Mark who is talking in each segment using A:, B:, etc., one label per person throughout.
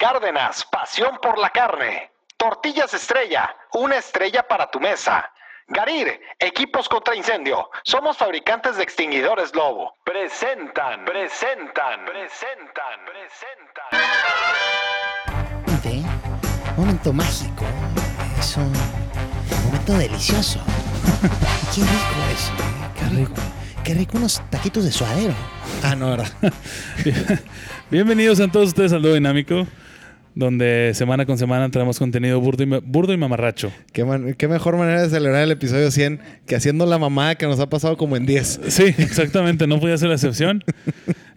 A: Cárdenas, pasión por la carne. Tortillas estrella, una estrella para tu mesa. Garir, equipos contra incendio. Somos fabricantes de extinguidores Lobo. Presentan, presentan, presentan, presentan.
B: Gente, un momento mágico. Es un momento delicioso. Qué rico eso. Qué rico. Qué rico unos taquitos de suadero.
C: Ah, no, ¿verdad? Bienvenidos a todos ustedes al Dúo Dinámico, donde semana con semana traemos contenido burdo y, burdo y mamarracho.
D: Qué, man- qué mejor manera de celebrar el episodio 100 que haciendo la mamada que nos ha pasado como en 10.
C: Sí, exactamente, no podía ser la excepción.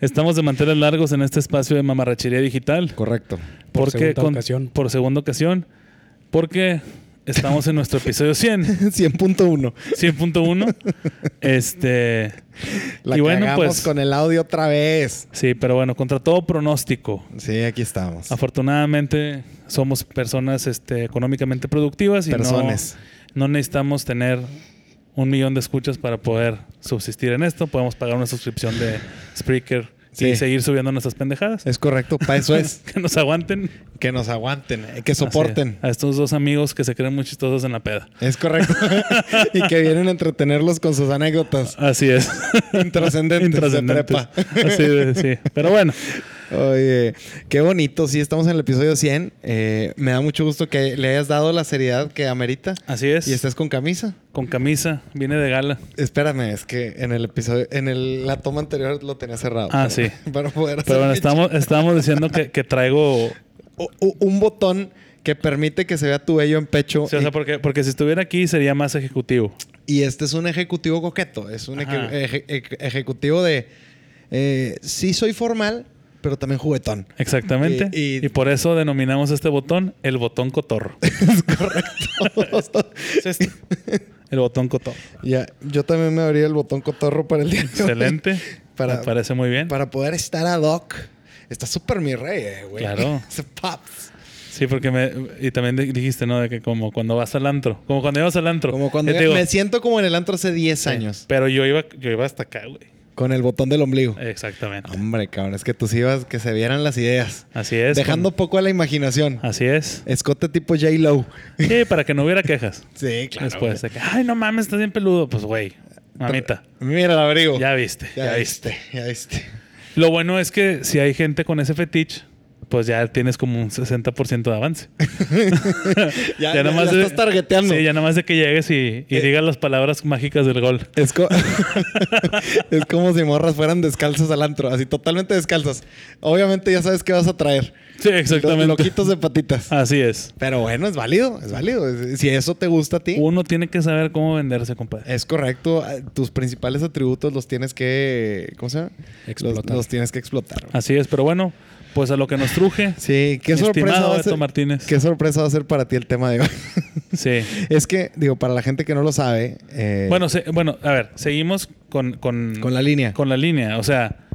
C: Estamos de manteles largos en este espacio de mamarrachería digital.
D: Correcto.
E: Por
C: porque
E: segunda ocasión.
C: Por segunda ocasión. Porque estamos en nuestro episodio 100,
D: 100.1.
C: 100.1. Este,
D: La
C: Y bueno,
D: cagamos
C: pues-
D: con el audio otra vez.
C: sí, pero bueno, contra todo pronóstico.
D: Sí, aquí estamos.
C: Afortunadamente somos personas este, económicamente productivas y no-
D: Personas.
C: No, necesitamos tener un millón de escuchas para poder subsistir en esto. Podemos pagar una suscripción de Spreaker y
D: Sí.
C: seguir subiendo nuestras pendejadas.
D: Es correcto, para eso es.
C: Que nos aguanten.
D: que nos aguanten, eh, que soporten.
C: Así, a estos dos amigos que se creen muy chistosos en la peda.
D: Es correcto. y que vienen a entretenerlos con sus anécdotas.
C: Así es.
D: Intrascendentes de prepa.
C: Así de- sí. Pero bueno,
D: Oye, qué bonito. Sí, estamos en el episodio 100. Eh, me da mucho gusto que le hayas dado la seriedad que amerita.
C: así es.
D: Y este estás con camisa.
C: Con camisa, viene de gala.
D: Espérame, es que en el episodio, en el, la toma anterior lo tenía cerrado.
C: Ah,
D: Para-
C: sí.
D: Para poder hacer
C: Pero bueno,
D: mi-
C: estamos, estamos diciendo que, que traigo
D: u- u- un botón que permite que se vea tu vello en pecho.
C: Sí, o sea,
D: y,
C: porque, porque si estuviera aquí sería más ejecutivo.
D: y este es un ejecutivo coqueto. Es un eje-
C: Ajá.
D: eje- eje- ejecutivo de. eh, sí, soy formal, pero también juguetón.
C: Exactamente. Y,
D: Y- y-
C: por eso denominamos este botón el botón cotorro.
D: Es correcto.
C: Es este. El botón cotorro.
D: ya, yo también me abrí el botón cotorro para el día. de hoy.
C: Excelente.
D: Para-
C: Me parece muy bien.
D: Para poder estar ad hoc. Está súper mi rey, eh, güey.
C: Claro.
D: Ese Paps.
C: Sí, porque me. Y también di- dijiste, ¿no? De que como cuando vas al antro. Como cuando ibas al antro.
D: Como cuando
C: Yo eh, te digo, eh,
D: me siento como en el antro hace 10 años.
C: Pero yo iba, yo iba hasta acá, güey.
D: Con el botón del ombligo.
C: Exactamente.
D: Hombre, cabrón, es que tus ibas que se vieran las ideas.
C: Así es. Ah.
D: Dejando poco a la imaginación.
C: con- así es.
D: Escote tipo J-Lo.
C: Sí, para que no hubiera quejas.
D: Sí,
C: Después de que, ay, no mames, estás bien peludo. Pues, güey, mamita,
D: Mira el abrigo.
C: ya viste, ya,
D: Ya
C: viste.
D: viste, ya viste.
C: Lo bueno es que si hay gente con ese fetiche, pues ya tienes como un 60% de avance.
D: Ya, ya, ya estás targeteando.
C: Sí, ya nada más de que llegues y, y
D: Eh.
C: digas las palabras mágicas del gol.
D: Es, co- es como si morras fueran descalzas al antro, así totalmente descalzas. Obviamente ya sabes qué vas a traer.
C: Sí, exactamente. Ah.
D: Lo- Loquitos de patitas.
C: Así es.
D: Pero bueno, es válido, es válido. Es- Si eso te gusta a ti,
C: Uno tiene que saber cómo venderse, compadre.
D: es correcto. Ah, Tus principales atributos los tienes que. ¿Cómo se llama? Los,
E: Explotar.
D: los tienes que explotar.
C: Así es, pero bueno, pues a lo que nos truje.
D: Sí, qué sorpresa,
C: Estimado
D: va a
C: Beto
D: ser-
C: Martínez.
D: qué sorpresa va a ser para ti el tema de hoy.
C: Sí.
D: es que, digo, para la gente que no lo sabe, eh,
C: Bueno, se- bueno, a ver, seguimos con, con,
D: con la línea.
C: con la línea. O sea,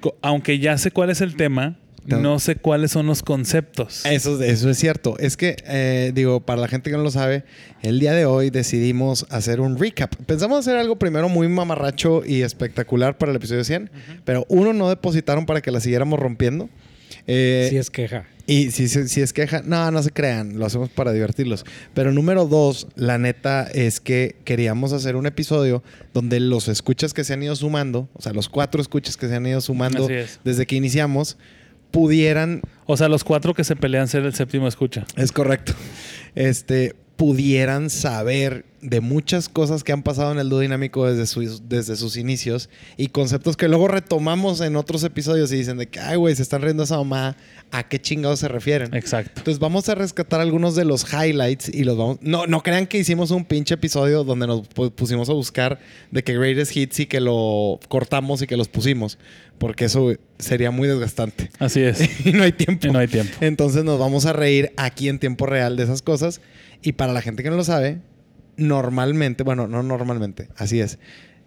C: co- aunque ya sé cuál es el tema,
D: No.
C: no sé cuáles son los conceptos.
D: Eso, eso es cierto. Es que, eh, digo, para la gente que no lo sabe, el día de hoy decidimos hacer un recap. Pensamos hacer algo primero muy mamarracho y espectacular para el episodio 100, pero uno no depositaron para que la siguiéramos rompiendo. Eh,
E: Sí es queja.
D: Y si, si- si es queja, no, no se crean, lo hacemos para divertirlos. Pero número dos, la neta es que queríamos hacer un episodio donde los escuchas que se han ido sumando, o sea, los cuatro escuchas que se han ido sumando
C: Así es.
D: desde que iniciamos, pudieran,
C: O sea, los cuatro que se pelean ser el séptimo escucha.
D: es correcto, este, pudieran saber de muchas cosas que han pasado en el dúo dinámico desde sus, desde sus inicios y conceptos que luego retomamos en otros episodios y dicen de que, ay, güey, se están riendo esa mamá, ¿a qué chingados se refieren?
C: Exacto.
D: Entonces vamos a rescatar algunos de los highlights y los vamos... No, no crean que hicimos un pinche episodio donde nos pu- pusimos a buscar de que greatest hits y que lo cortamos y que los pusimos, porque eso sería muy desgastante.
C: Así es.
D: y no hay tiempo.
C: Y no hay tiempo.
D: Entonces nos vamos a reír aquí en tiempo real de esas cosas. Y para la gente que no lo sabe, normalmente, bueno, no normalmente, así es.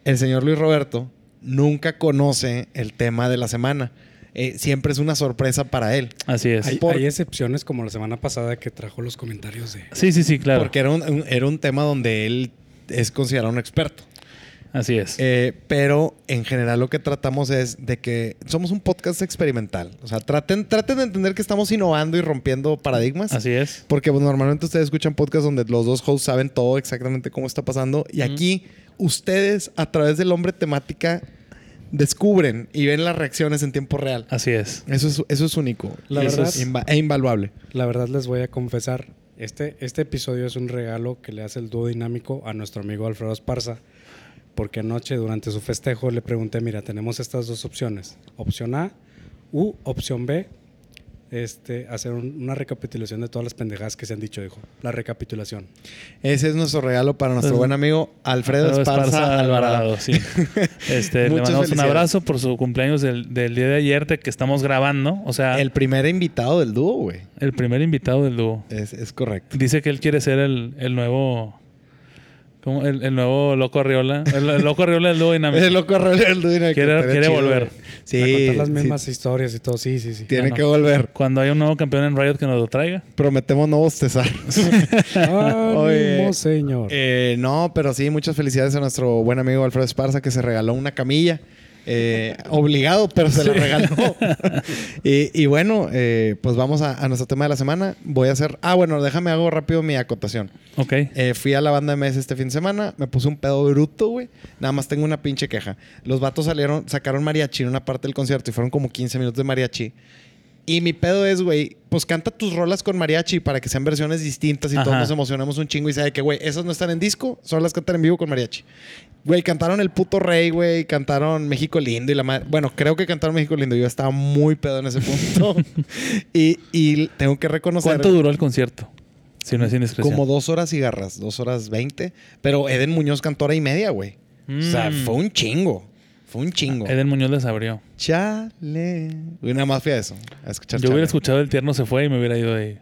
D: El señor Luis Roberto nunca conoce el tema de la semana. Eh, siempre es una sorpresa para él.
C: Así es.
E: Hay,
D: por-
E: hay excepciones como la semana pasada que trajo los comentarios de...
C: Sí, sí, sí, claro.
D: Porque era un, un- era un tema donde él es considerado un experto.
C: Así es.
D: Eh, pero en general lo que tratamos es de que somos un podcast experimental. O sea, traten, traten de entender que estamos innovando y rompiendo paradigmas.
C: Así es.
D: Porque pues, normalmente ustedes escuchan podcasts donde los dos hosts saben todo exactamente cómo está pasando. Y aquí ustedes, a través del hombre temática, descubren y ven las reacciones en tiempo real.
C: Así es.
D: Eso es, eso es único.
E: La
D: Eso
E: verdad-
D: es inva- e invaluable.
E: La verdad les voy a confesar, este, este episodio es un regalo que le hace el dúo dinámico a nuestro amigo Alfredo Esparza, porque anoche durante su festejo le pregunté, mira, tenemos estas dos opciones, opción A u opción B, este, hacer un- una recapitulación de todas las pendejadas que se han dicho, dijo, la recapitulación.
D: Ese es nuestro regalo para nuestro
C: Entonces,
D: buen amigo Alfredo, Esparza, Alvarado.
C: sí. Este, le
D: Muchas
C: mandamos un
D: felicidades.
C: abrazo por su cumpleaños del, del día de ayer de que estamos grabando. O sea,
D: El
C: el,
D: primer invitado del dúo, güey.
C: primer invitado del dúo.
D: Es, es correcto.
C: Dice que él quiere ser el, el nuevo. ¿cómo? El, el nuevo Loco Arriola. El, el Loco Arriola del dúo dinámico.
D: Es loco Raúl del dúo, ¿no?
C: Quiere-
D: Estaría
C: quiere
D: chido,
C: volver.
D: güey.
E: A
D: Sí.
E: contar las
D: sí,
E: mismas historias y todo, sí, sí, sí.
D: tiene
C: Ah, no.
D: que volver.
C: Cuando haya un nuevo campeón en Riot que nos lo traiga.
D: Prometemos no bostezar. Oye.
E: Ánimo, "Ah, señor.
D: Eh, no, pero sí, muchas felicidades a nuestro buen amigo Alfredo Esparza que se regaló una camilla. Eh, obligado, pero se la regaló. y, y bueno, eh, pues vamos a, a nuestro tema de la semana. Voy a hacer. Ah, bueno, déjame hago rápido mi acotación.
C: Ok.
D: Eh, fui a la banda MS este fin de semana, me puse un pedo bruto, güey. Nada más tengo una pinche queja. Los vatos salieron, sacaron mariachi en una parte del concierto y fueron como 15 minutos de mariachi. Y mi pedo es, güey, pues canta tus rolas con mariachi para que sean versiones distintas y todos
C: Ajá.
D: nos emocionemos un chingo y sabe que, güey, esas no están en disco, son las que están en vivo con mariachi. Güey, cantaron El Puto Rey, güey, cantaron México Lindo y la madre. Bueno, creo que cantaron México Lindo, yo estaba muy pedo en ese punto. y, y tengo que reconocer.
C: ¿Cuánto duró el concierto? Si no es indiscreción.
D: Como dos horas y garras, dos horas veinte. Pero Eden Muñoz cantó hora y media, güey. O sea,
C: Mm.
D: fue un chingo. Fue un chingo.
C: Eden Muñoz les abrió.
D: Chale. Güey, nada más fui a eso, a escuchar
C: Yo
D: chale.
C: hubiera escuchado el tierno se fue y me hubiera ido ahí.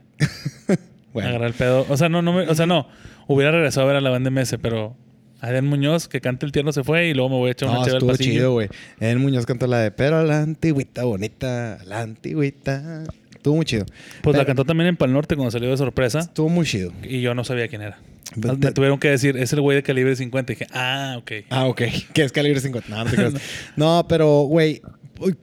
D: Bueno,
C: Agarrar el pedo. O sea, no, no me- o sea, no. Hubiera regresado a ver a la banda MS, pero Adrián Muñoz, que canta el tierno se fue y luego me voy a echar una
D: no,
C: chévere al
D: estuvo
C: pasillo.
D: chido, güey. Eden Muñoz cantó la de Pero a la antigüita bonita, a la antigüita. Estuvo muy chido.
C: Pues la
D: Pero-
C: cantó también en Pal Norte cuando salió de sorpresa
D: Estuvo muy chido.
C: y yo no sabía quién era.
D: But-
C: Me tuvieron que decir, es el güey de calibre 50. Y dije, ah, ok.
D: Ah, ok. Que es calibre 50. No, no te creas. No, pero, güey, uy,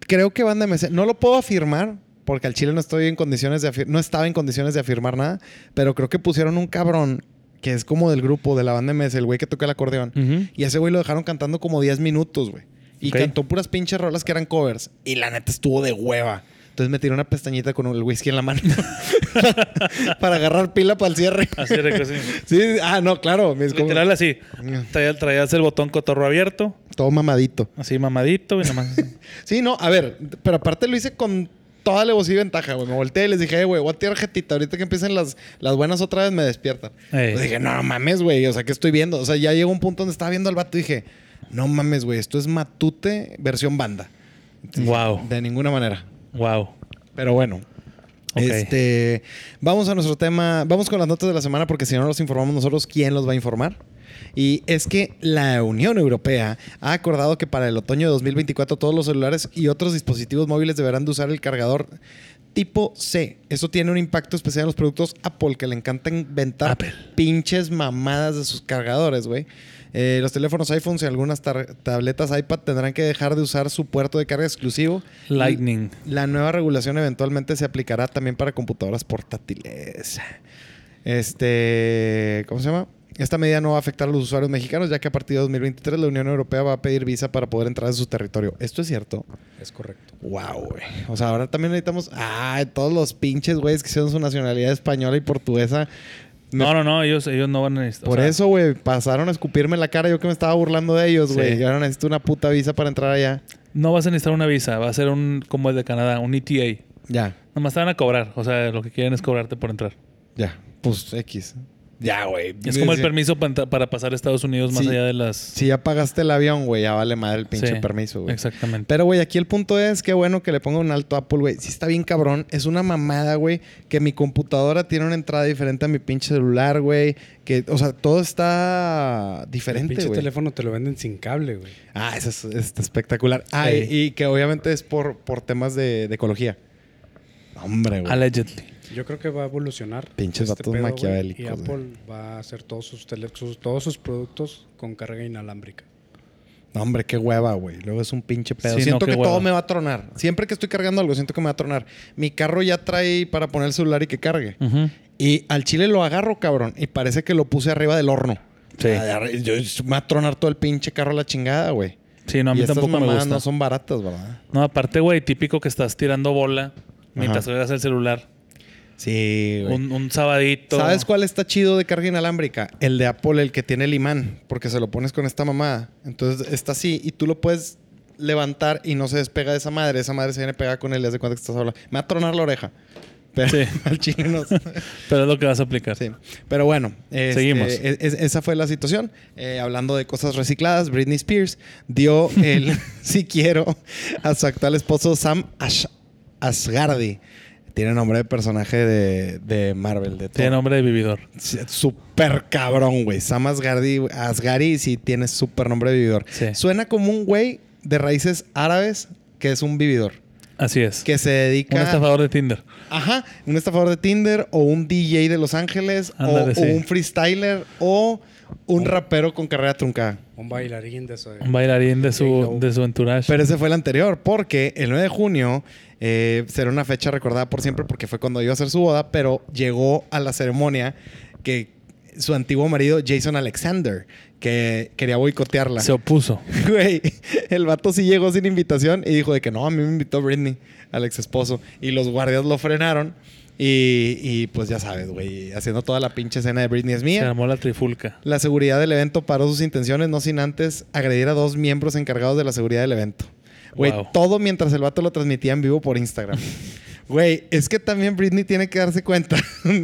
D: creo que Banda MC... No lo puedo afirmar porque al Chile no estoy en condiciones de afir- no estaba en condiciones de afirmar nada, pero creo que pusieron un cabrón que es como del grupo de la Banda MS, el güey que toca el acordeón.
C: Ujú.
D: Y ese güey lo dejaron cantando como 10 minutos, güey. Y
C: Mm. Ok.
D: cantó puras pinches rolas que eran covers. Y la neta estuvo de hueva. Entonces me tiré una pestañita con el whisky en la mano para agarrar pila para el cierre.
C: Así de que sí.
D: Sí, ah, no, claro. Es como-
C: Literal así. Traía- traías el botón cotorro abierto,
D: todo mamadito.
C: así mamadito y nada más.
D: Sí, no, a ver, pero aparte lo hice con toda alevosía y ventaja, güey. Me volteé y les dije, "Eh, güey, voy a tirar jetita. Ahorita que empiecen las, las buenas otra vez me despiertan.
C: Ey.
D: Pues dije, no mames, güey. O sea, ¿qué estoy viendo? O sea, ya llegó un punto donde estaba viendo al vato y dije, no mames, güey. Esto es Matute versión banda.
C: wow.
D: De ninguna manera.
C: Wow.
D: Pero bueno.
C: Ok.
D: Este, vamos a nuestro tema, vamos con las notas de la semana porque si no los informamos nosotros, ¿quién los va a informar? Y es que la Unión Europea ha acordado que para el otoño de 2024 todos los celulares y otros dispositivos móviles deberán de usar el cargador tipo C. Eso tiene un impacto especial en los productos Apple que le encanta inventar
C: Apple.
D: pinches mamadas de sus cargadores, güey. Eh, los teléfonos iPhones y algunas tar- tabletas iPad tendrán que dejar de usar su puerto de carga exclusivo.
C: Lightning.
D: La nueva regulación eventualmente se aplicará también para computadoras portátiles. Este, ¿cómo se llama? Esta medida no va a afectar a los usuarios mexicanos, ya que a partir de 2023 la Unión Europea va a pedir visa para poder entrar a su territorio. ¿Esto es cierto?
E: Es correcto.
D: Wow, güey. O sea, ahora también necesitamos. Ah, todos los pinches güeyes que hicieron su nacionalidad española y portuguesa. Me-
C: No, no, no, ellos, ellos no van a necesitar. o
D: Por
C: sea,
D: eso, güey, pasaron a escupirme la cara. Yo que me estaba burlando de ellos,
C: Sí.
D: güey. Y ahora necesito una puta visa para entrar allá.
C: No vas a necesitar una visa, va a ser un, como el de Canadá, un ETA.
D: Ya,
C: Nomás te van a cobrar, o sea, lo que quieren es cobrarte por entrar.
D: ya. Pues X. Ya, güey.
C: Es como el
D: Sí.
C: permiso pa- para, pasar a Estados Unidos más
D: Sí.
C: allá de las...
D: Si ya pagaste el avión, güey, ya vale madre el pinche
C: Sí,
D: permiso, güey.
C: Exactamente.
D: Pero, güey, aquí el punto es que bueno que le ponga un alto a Apple, güey. Si está bien cabrón, es una mamada, güey, que mi computadora tiene una entrada diferente a mi pinche celular, güey. Que, o sea, todo está
E: El
D: diferente,
E: pinche
D: güey.
E: teléfono te lo venden sin cable, güey.
D: Ah, eso es, está espectacular. Ah, y-
C: Ey.
D: y, que obviamente es por, por temas de, de ecología. Hombre, güey.
C: Allegedly.
E: Yo creo que va a evolucionar. este
D: Pinches vatos
E: güey,
D: maquiavélicos,
E: Y
D: güey.
E: Apple va a hacer todos sus, tele- sus- todos sus productos con carga inalámbrica.
D: No, hombre, qué hueva, güey. Luego es un pinche pedo.
C: Sí, no,
D: siento
C: qué
D: que
C: hueva.
D: todo me va a tronar. Siempre que estoy cargando algo, siento que me va a tronar. Mi carro ya trae para poner el celular y que cargue. Y al chile lo agarro, cabrón. Y parece que lo puse arriba del horno.
C: Sí.
D: Ah, yo- me va a tronar todo el pinche carro a la chingada, güey.
C: Sí, no, a
D: y
C: mí
D: estas
C: tampoco me
D: mamadas
C: gusta.
D: no son baratas, ¿verdad?
C: No, aparte, güey, típico que estás tirando bola mientras agarras el celular.
D: Sí,
C: Un, un sabadito.
D: ¿Sabes cuál está chido de carga inalámbrica? El de Apple, el que tiene el imán, porque se lo pones con esta mamada. Entonces está así y tú lo puedes levantar y no se despega de esa madre. Esa madre se viene pegada con él y hace cuenta que estás hablando. Me va a tronar la oreja. Pero
C: Sí.
D: al chile no sé.
C: Pero es lo que vas a aplicar.
D: Sí. Pero bueno, este,
C: Seguimos.
D: es- es- esa fue la situación. Eh, hablando de cosas recicladas, Britney Spears dio el si quiero a su actual esposo Sam Ash- Asgardi. Tiene nombre de personaje de, de Marvel, de
C: Tiene
D: Thor.
C: nombre de vividor.
D: Sí, Súper cabrón, güey. Sam Asgardi, Asgari sí tiene súper nombre de vividor.
C: Sí.
D: Suena como un güey de raíces árabes que es un vividor.
C: Así es.
D: Que se dedica...
C: Un estafador de Tinder.
D: Ajá, un estafador de Tinder o un DJ de Los Ángeles
C: Ándale,
D: o,
C: sí.
D: o un freestyler o un rapero con carrera truncada.
E: Un bailarín de eso. eh.
C: Un bailarín de su,
E: J-Lo.
C: de su entourage.
D: Pero ese fue el anterior, porque el 9 de junio eh, será una fecha recordada por siempre porque fue cuando iba a hacer su boda, pero llegó a la ceremonia que su antiguo marido Jason Alexander, que quería boicotearla.
C: se opuso.
D: Güey, el vato sí llegó sin invitación y dijo de que no, a mí me invitó Britney, al ex esposo. Y los guardias lo frenaron. Y, y, pues ya sabes, güey, haciendo toda la pinche escena de Britney es
C: Se
D: mía.
C: armó la trifulca.
D: La seguridad del evento paró sus intenciones, no sin antes agredir a dos miembros encargados de la seguridad del evento. Güey,
C: Wow.
D: todo mientras el vato lo transmitía en vivo por Instagram. Güey, es que también Britney tiene que darse cuenta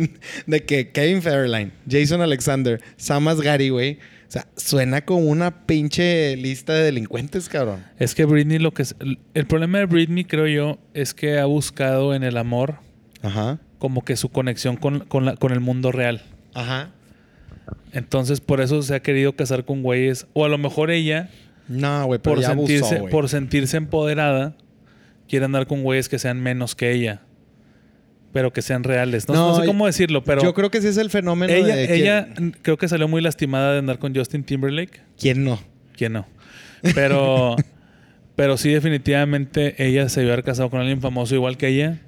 D: de que Kevin Fairline, Jason Alexander, Sam Asghari, güey, o sea, suena como una pinche lista de delincuentes, cabrón.
C: Es que Britney lo que... es- el- el problema de Britney, creo yo, es que ha buscado en el amor
D: Ajá.
C: como que su conexión con, con la- con el mundo real.
D: Ajá.
C: Entonces, por eso se ha querido casar con güeyes. O a lo mejor ella,
D: No, güey, pero
C: por
D: ya
C: sentirse,
D: abusó, güey.
C: por sentirse empoderada, quiere andar con güeyes que sean menos que ella. Pero que sean reales. No,
D: No,
C: no sé
D: y-
C: cómo decirlo, pero...
D: Yo creo que sí es el fenómeno
C: ella,
D: de... ¿quién-
C: ella mm, creo que salió muy lastimada de andar con Justin Timberlake.
D: ¿Quién no?
C: ¿Quién no? Pero, pero sí, definitivamente ella se vio haber casado con alguien famoso igual que ella.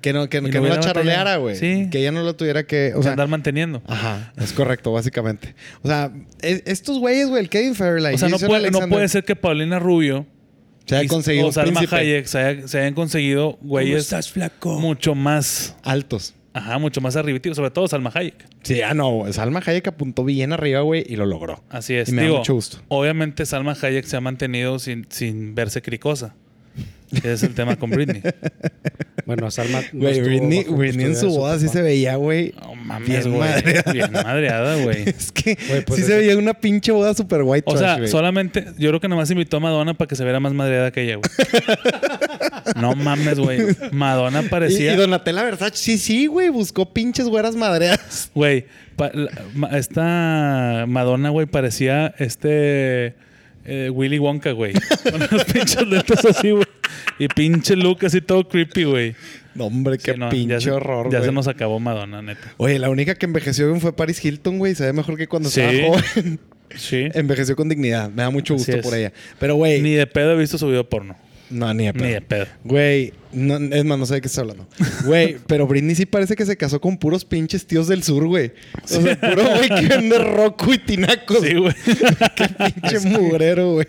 D: Que no, que,
C: Y lo
D: que no la
C: hubiera
D: charoleara,
C: batallado.
D: güey.
C: Sí.
D: Que ella no lo tuviera que. O sea,
C: andar manteniendo.
D: Ajá, es correcto, básicamente. O sea, es- estos güeyes, güey, el Kevin Fairline.
C: O sea, no
D: Jason
C: puede, no
D: Alexander,
C: puede ser que Paulina Rubio
D: Se haya
C: y-
D: conseguido
C: o Salma
D: príncipe
C: Hayek se, haya- se hayan conseguido güeyes
E: flaco?
C: mucho más,
D: altos.
C: ajá, mucho más arribitivos, sobre todo Salma Hayek.
D: Sí, ah, no, güey, Salma Hayek apuntó bien arriba, güey, y lo logró.
C: Así es.
D: Y me da
C: Digo,
D: mucho gusto.
C: Obviamente Salma Hayek se ha mantenido sin, sin verse cricosa. Ese es el tema con Britney.
E: Bueno, Salma. no
D: Güey,
E: estuvo
D: Britney,
E: bajo
D: Britney en
E: custodia de
D: su boda sí
E: papá.
D: se veía, güey.
C: No
D: Bien
C: mames, güey.
D: madreada.
C: Bien madreada, güey.
D: Es que
E: Güey, pues
D: sí
E: es-
D: se veía una pinche boda super white
C: O
D: trash,
C: sea,
D: güey.
C: solamente, yo creo que nomás invitó a Madonna para que se viera más madreada que ella, güey. no mames, güey. Madonna
D: Y, y
C: parecía.
D: Donatella Versace, sí, sí, güey, buscó pinches güeras madreadas.
C: Güey, pa- la- ma- esta Madonna, güey, parecía este eh, Willy Wonka, güey. Con los pinches lentes así, güey. Y pinche look así todo creepy, güey.
D: No, hombre, qué
C: Sí, no, ya
D: pinche
C: se-
D: horror,
C: Ya
D: güey.
C: se nos acabó Madonna, neta.
D: Oye, la única que envejeció bien fue Paris Hilton, güey. Se ve mejor que cuando
C: Sí.
D: estaba joven.
C: Sí.
D: Envejeció con dignidad. Me da mucho
C: Así
D: gusto
C: es.
D: por ella. Pero, güey.
C: Ni de pedo he visto su video porno.
D: No, ni de pedo.
C: Ni de pedo.
D: Güey, no, es más, no sé de qué estás hablando. Güey, pero Britney sí parece que se casó con puros pinches tíos del sur, güey. O sea, puro güey que vende roco y tinacos.
C: Sí, güey.
D: Qué pinche mugrero, güey.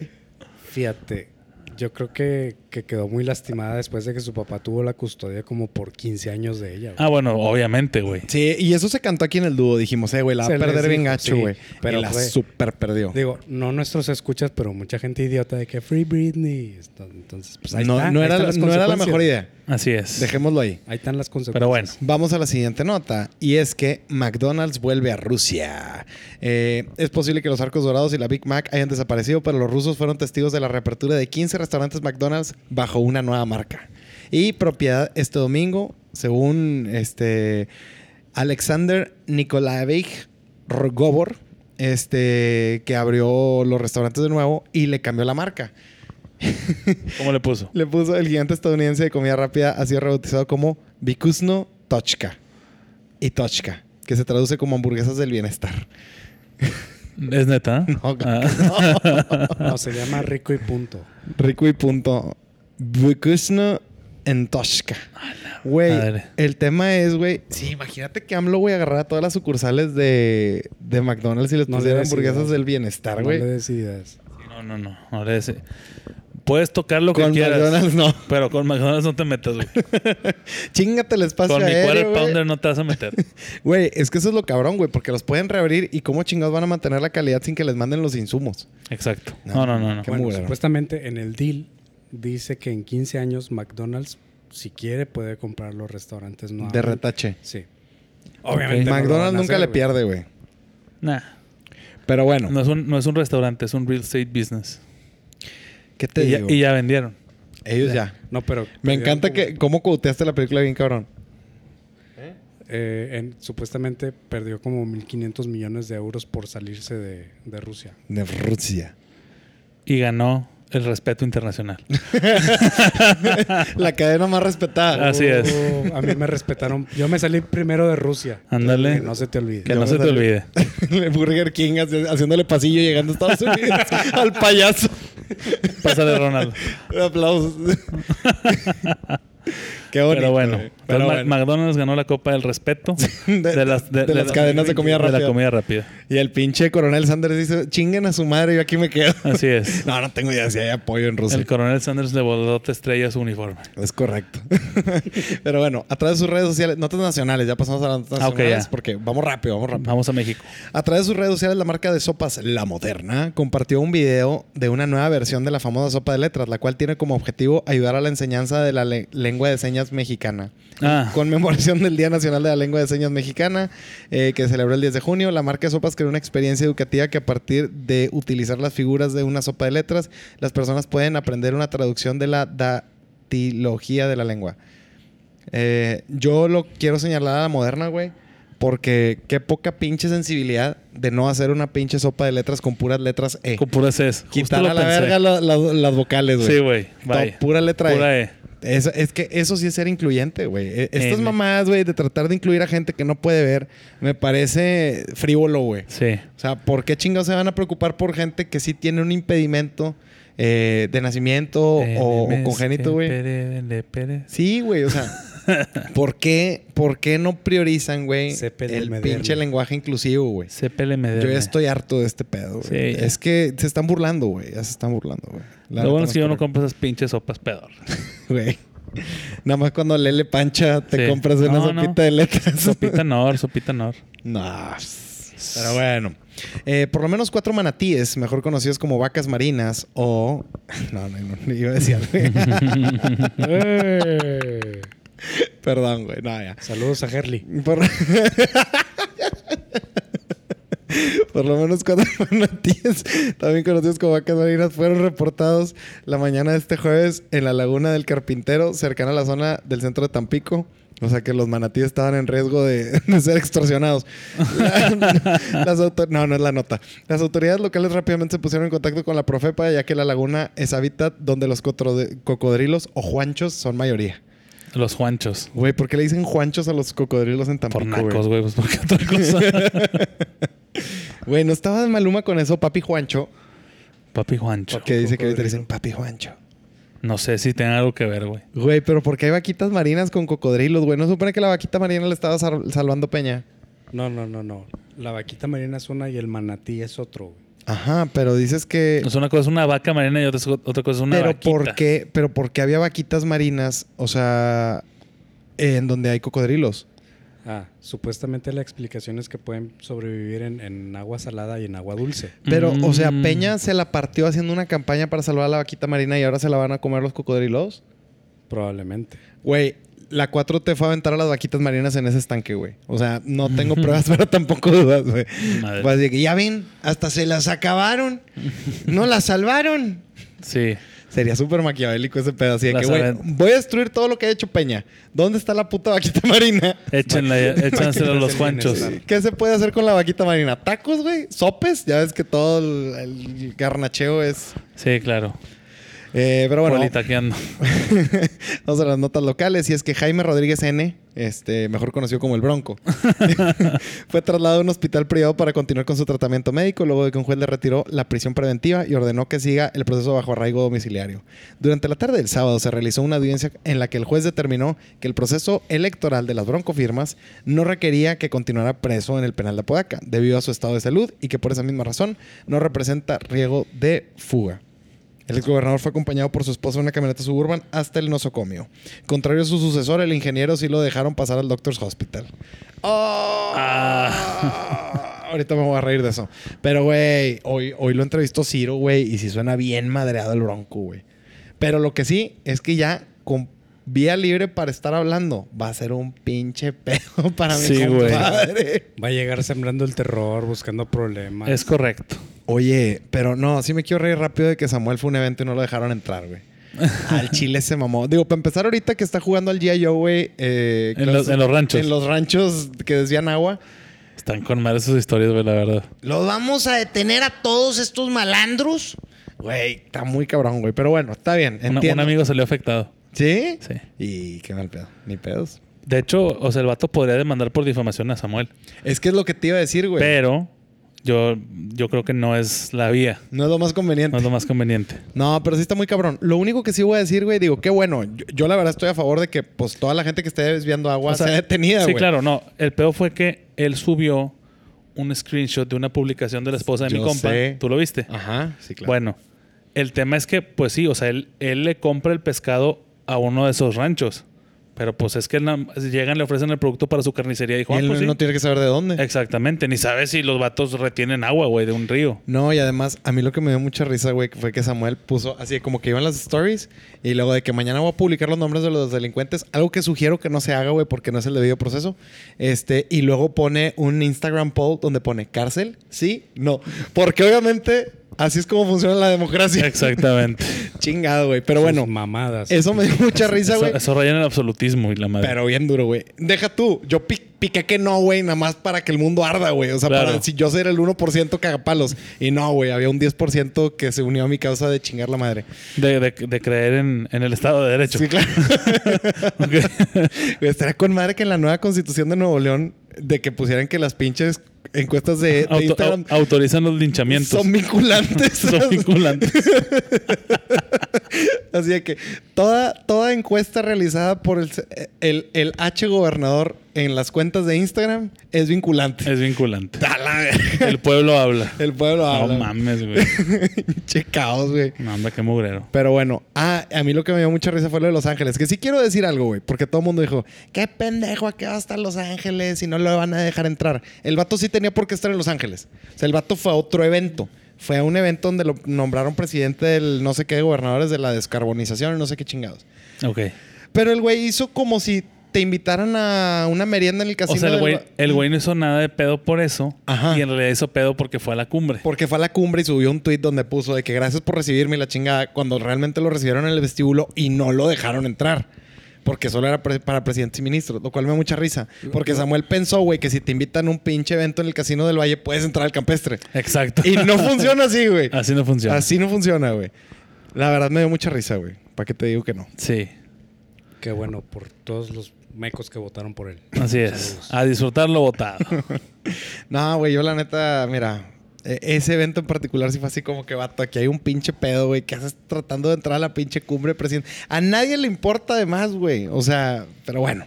E: Fíjate, yo creo que, que quedó muy lastimada después de que su papá tuvo la custodia como por 15 años de ella. güey.
C: Ah, bueno, obviamente, güey.
D: Sí, y eso se cantó aquí en el dúo. Dijimos, eh, güey, la va a
E: Se les
D: perder bien
E: dijo,
D: gacho,
E: sí,
D: güey. pero
E: pero
D: la
E: fue-
D: super perdió.
E: Digo, no nuestros escuchas, pero mucha gente idiota de que Free Britney. Esto- Entonces, pues ahí
D: no,
E: está,
D: no
E: ahí
D: era,
E: están
D: la-
E: las
D: no era la
E: consecuencias.
D: mejor idea.
C: Así es.
D: Dejémoslo ahí.
E: Ahí están las consecuencias.
C: Pero bueno.
D: Vamos a la siguiente nota y es que McDonald's vuelve a Rusia. Eh, es posible que los arcos dorados y la Big Mac hayan desaparecido, pero los rusos fueron testigos de la reapertura de 15 restaurantes McDonald's bajo una nueva marca. Y propiedad este domingo, según este Alexander Nikolaevich Rogobor, este, que abrió los restaurantes de nuevo y le cambió la marca.
C: ¿Cómo le puso?
D: Le puso el gigante estadounidense de comida rápida, ha sido rebautizado como Vikusno Tochka y Tochka, que se traduce como hamburguesas del bienestar.
C: ¿Es neta?
D: No,
C: Ah.
E: No, se llama rico y punto.
D: Rico y punto. Bukusno en Toshka. Güey,
C: madre.
D: el tema es, güey. Sí, imagínate que AMLO, güey, agarrara todas las sucursales de, de McDonald's y les
E: No le
D: pusiera
E: des
D: pues, hamburguesas
E: ideas.
D: del bienestar,
E: No le
D: güey.
E: des ideas.
C: No, no, no. Ahora ese. Puedes tocar lo
D: Con
C: que quieras.
D: McDonald's no.
C: Pero con McDonald's no te metas, güey.
D: Chingate el espacio
C: Con mi
D: aéreo,
C: quarter
D: eh, güey.
C: pounder no te vas a meter.
D: Güey, es que eso es lo cabrón, güey, porque los pueden reabrir y cómo chingados van a mantener la calidad sin que les manden los insumos.
C: Exacto. No,
D: No,
C: no, no. no.
D: qué
E: Bueno,
D: mugrero.
E: supuestamente en el deal dice que en 15 años McDonald's, si quiere, puede comprar los restaurantes no
D: de retache.
E: Sí. Obviamente. no lo
D: McDonald's
E: van a
D: nunca
E: hacer,
D: le
E: güey.
D: pierde, güey.
C: Nah.
D: Pero bueno,
C: No es, un, no es un restaurante, es un real estate business.
D: ¿qué te
C: Y ya,
D: digo?
C: y ya vendieron.
D: Ellos ya.
E: No, pero.
D: Me
E: perdieron
D: encanta
E: como-
D: que cómo cuteaste la película bien cabrón.
E: eh, en- supuestamente perdió como 1.500 millones de euros por salirse de, de Rusia.
D: De Rusia.
C: Y ganó el respeto internacional.
D: La cadena más respetada.
C: Así es.
E: Oh, a mí me respetaron. Yo me salí primero de Rusia.
C: Ándale.
E: Que no se te olvide.
C: Que no se te olvide.
D: El Burger King haci- haciéndole pasillo llegando a Estados Unidos al payaso.
C: Pásale, Ronald.
D: Aplausos. Qué bonito.
C: Pero bueno, pues
D: güey.
C: entonces
D: Pero
C: Ma-
D: bueno.
C: McDonald's ganó la Copa del Respeto
D: De- de las cadenas de comida
C: De
D: rápida.
C: la comida rápida.
D: Y el pinche coronel Sanders dice, chinguen a su madre, yo aquí me quedo.
C: Así es.
D: No, no tengo idea si hay apoyo en Rusia.
C: El coronel Sanders le voló tres estrellas su uniforme.
D: Es correcto. Pero bueno, a través de sus redes sociales, notas nacionales, ya pasamos a las notas
C: Ah, ok,
D: nacionales
C: ya.
D: porque vamos rápido, vamos rápido.
C: Vamos a México.
D: A través de sus redes sociales, la marca de sopas La Moderna compartió un video de una nueva versión de la famosa sopa de letras, la cual tiene como objetivo ayudar a la enseñanza de la le- lengua de señas mexicana.
C: Ah.
D: Conmemoración del Día Nacional de la Lengua de Señas Mexicana, eh, que se celebró el 10 de junio, la marca de sopas creó una experiencia educativa que a partir de utilizar las figuras de una sopa de letras, las personas pueden aprender una traducción de la datilogía de la lengua. Eh, yo lo quiero señalar a la moderna, güey. Porque qué poca pinche sensibilidad de no hacer una pinche sopa de letras con puras letras E.
C: Con pura C. Justo
D: Quitar
C: lo
D: a la
C: pensé.
D: verga la- la- las vocales, güey.
C: Sí, güey.
D: No,
C: Vaya.
D: pura letra
C: Pura
D: E.
C: E.
D: Eso- es que eso sí es ser incluyente, güey. E- Estas
C: N.
D: mamadas, güey, de tratar de incluir a gente que no puede ver, me parece frívolo, güey.
C: Sí.
D: O sea, ¿por qué chingados se van a preocupar por gente que sí tiene un impedimento eh, de nacimiento o- o,
C: NMS,
D: congénito, güey?
C: TPRL, Pérez.
D: Sí, güey, o sea, ¿por qué, por qué no priorizan, güey,
E: CPL
D: el
E: Moderna.
D: pinche lenguaje inclusivo, güey?
C: CPLMD.
D: Yo ya estoy harto de este pedo, güey.
C: Sí, ya.
D: es que se están burlando, güey. Ya se están burlando, güey.
C: Lo
D: La neta
C: bueno es que yo no
D: creo-
C: compro esas pinches sopas pedor.
D: Güey. Nada más cuando Lele Pancha te
C: Sí.
D: compras una
C: No, no.
D: sopita de letras.
C: Sopita Nor, sopita Nor.
D: No. Pero bueno. Eh, por lo menos cuatro manatíes, mejor conocidos como vacas marinas o... No, no, no, iba a decir algo.
E: Eh.
D: Perdón, güey. No, ya.
E: Saludos a Herli.
D: Por... Por lo menos cuatro manatíes, también conocidos como vacas marinas, fueron reportados la mañana de este jueves en la laguna del Carpintero, cercana a la zona del centro de Tampico. O sea que los manatíes estaban en riesgo de, de ser extorsionados. La- las autor- no, no es la nota. Las autoridades locales rápidamente se pusieron en contacto con la Profepa, ya que la laguna es hábitat donde los cotrode- cocodrilos o juanchos son mayoría.
C: Los Juanchos.
D: Güey, ¿por qué le dicen Juanchos a los cocodrilos en Tampico?
C: Por
D: güey?
C: nacos, güey. Pues porque otra cosa.
D: Güey, no estaba de Maluma con eso, Papi Juancho,
C: Papi Juancho.
D: que dice que ahorita le dicen Papi Juancho.
C: No sé si tenga algo que ver, güey.
D: Güey, pero ¿por qué hay vaquitas marinas con cocodrilos, güey? ¿No se supone que la vaquita marina le estaba sal- salvando Peña?
E: No, no, no, no. La vaquita marina es una y el manatí es otro. güey.
D: Ajá, pero dices que...
C: Es una cosa es una vaca marina y otra, es- otra cosa es una
D: Eh. Pero
C: vaquita.
D: ¿por qué? Pero ¿por qué había vaquitas marinas, o sea, en donde hay cocodrilos?
E: Ah, supuestamente la explicación es que pueden sobrevivir en, en agua salada y en agua dulce.
D: Pero, o sea,
C: Mm.
D: Peña se la partió haciendo una campaña para salvar a la vaquita marina y ahora se la van a comer los cocodrilos.
E: Probablemente.
D: Güey, la 4T fue a aventar a las vaquitas marinas en ese estanque, güey. O sea, no tengo pruebas, pero tampoco dudas, güey.
C: Madre.
D: Pues de que ya ven, hasta se las acabaron. No las salvaron.
C: Sí.
D: Sería súper maquiavélico ese pedo. Así de
C: Las
D: que, güey,
C: avent-
D: voy a destruir todo lo que ha hecho Peña. ¿Dónde está la puta vaquita marina?
C: Échenle, échanselo a los Juanchos.
E: bienestar.
D: ¿Qué se puede hacer con la vaquita marina? ¿Tacos, güey? ¿Sopes? Ya ves que todo el, el garnacheo es...
C: Sí, claro.
D: Eh, pero bueno,
C: Bolita, ¿qué ando?
D: Vamos a las notas locales. Y es que Jaime Rodríguez N., este, mejor conocido como el Bronco, fue trasladado a un hospital privado para continuar con su tratamiento médico, luego de que un juez le retiró la prisión preventiva y ordenó que siga el proceso bajo arraigo domiciliario. Durante la tarde del sábado se realizó una audiencia en la que el juez determinó que el proceso electoral de las broncofirmas no requería que continuara preso en el penal de Apodaca, debido a su estado de salud y que por esa misma razón no representa riesgo de fuga. El exgobernador fue acompañado por su esposa en una camioneta suburban hasta el nosocomio. Contrario a su sucesor, el ingeniero sí lo dejaron pasar al Doctor's Hospital. ¡Oh!
C: Ah.
D: Ahorita me voy a reír de eso. Pero, güey, hoy, hoy lo entrevistó Ciro, güey, y sí suena bien madreado el bronco, güey. Pero lo que sí es que ya con vía libre para estar hablando va a ser un pinche pedo para mi
C: Sí, güey.
D: compadre.
E: Va a llegar sembrando el terror, buscando problemas.
C: Es correcto.
D: Oye, pero no, sí me quiero reír rápido de que Samuel fue a un evento y no lo dejaron entrar, güey. Al Chile se mamó. Digo, para empezar ahorita que está jugando al G.I. Joe, güey. eh,
C: En los- en los ranchos.
D: En los ranchos que desvían agua.
C: Están con madre sus historias, güey, la verdad.
D: ¿Los vamos a detener a todos estos malandros? Güey, está muy cabrón, güey. Pero bueno, está bien.
C: Una-
D: Entiendo.
C: un amigo salió afectado.
D: ¿Sí?
C: Sí.
D: Y qué mal pedo. Ni pedos.
C: De hecho, o sea, el vato podría demandar por difamación a Samuel.
D: Es que es lo que te iba a decir, güey.
C: Pero yo, yo creo que no es la vía.
D: No es lo más conveniente.
C: No es lo más conveniente.
D: No, pero sí está muy cabrón. Lo único que sí voy a decir, güey, digo, qué bueno. Yo, yo la verdad estoy a favor de que pues toda la gente que esté desviando agua
C: O sea,
D: sea detenida,
C: Sí,
D: güey.
C: claro, no. El peor fue que él subió un screenshot de una publicación de la esposa de
D: Yo
C: mi compa.
D: sé.
C: ¿Tú lo viste?
D: Ajá, sí, claro.
C: Bueno, el tema es que, pues sí, o sea, él, él le compra el pescado a uno de esos ranchos. Pero pues es que na- llegan, le ofrecen el producto para su carnicería y dijo,
D: Y
C: ah,
D: él
C: pues
D: no
C: sí.
D: tiene que saber de dónde.
C: Exactamente, ni sabe si los vatos retienen agua, güey, de un río.
D: No, y además, a mí lo que me dio mucha risa, güey, fue que Samuel puso así como que iban las stories y luego de que mañana voy a publicar los nombres de los delincuentes, algo que sugiero que no se haga, güey, porque no es el debido proceso. Este, y luego pone un Instagram poll donde pone cárcel, sí, no. Porque obviamente así es como funciona la democracia.
C: Exactamente.
D: Chingado, güey. Pero
E: Sus
D: bueno,
E: Mamadas.
D: eso me dio mucha risa,
C: eso,
D: güey.
C: eso raya en el absolutismo y la madre.
D: Pero bien duro, güey. Deja tú. Yo pi- piqué que no, güey, nada más para que el mundo arda, güey. O sea,
C: Claro.
D: para si yo ser el 1% cagapalos. Y no, güey, había un 10% que se unió a mi causa de chingar la madre.
C: de, de- de creer en, en el Estado de Derecho.
D: Sí, claro.
C: Ok.
D: Güey, Estaría con madre que en la nueva constitución de Nuevo León, de que pusieran que las pinches encuestas de, de
C: Auto-
D: Instagram
C: au- autorizan los linchamientos.
D: son vinculantes.
C: Son vinculantes.
D: Así de que toda, toda encuesta realizada por el, el, el H gobernador en las cuentas de Instagram es vinculante.
C: es vinculante.
D: A la verga.
C: El pueblo habla.
D: El pueblo habla.
C: No mames, güey.
D: che caos, güey.
C: No, hombre, qué mugrero.
D: Pero bueno, ah, a mí lo que me dio mucha risa fue lo de Los Ángeles. Que sí quiero decir algo, güey. Porque todo el mundo dijo, qué pendejo, aquí va a estar Los Ángeles y no lo van a dejar entrar. El vato sí tenía por qué estar en Los Ángeles. O sea, el vato fue a otro evento. Fue a un evento donde lo nombraron presidente del no sé qué de gobernadores de la descarbonización y no sé qué chingados.
C: Ok.
D: Pero el güey hizo como si te invitaran a una merienda en el casino.
C: O sea, el
D: del
C: güey,
D: ba-
C: el güey no hizo nada de pedo por eso.
D: Ajá.
C: Y en realidad hizo pedo porque fue a la cumbre.
D: Porque fue a la cumbre y subió un tuit donde puso de que gracias por recibirme y la chingada, cuando realmente lo recibieron en el vestíbulo y no lo dejaron entrar. Porque solo era pre- para presidentes y ministros, lo cual me da mucha risa. Porque Samuel pensó, güey, que si te invitan a un pinche evento en el Casino del Valle, puedes entrar al campestre.
C: Exacto.
D: Y no funciona así, güey.
C: Así no funciona.
D: Así no funciona, güey. La verdad me dio mucha risa, güey. ¿Para qué te digo que no?
C: Sí.
E: Qué bueno por todos los mecos que votaron por él.
C: Así es. Ah, A disfrutar lo votado.
D: No, güey, yo la neta, mira, e- ese evento en particular sí fue así como que vato, aquí hay un pinche pedo, güey, que haces tratando de entrar a la pinche cumbre presidente. A nadie le importa además, güey. O sea, pero bueno.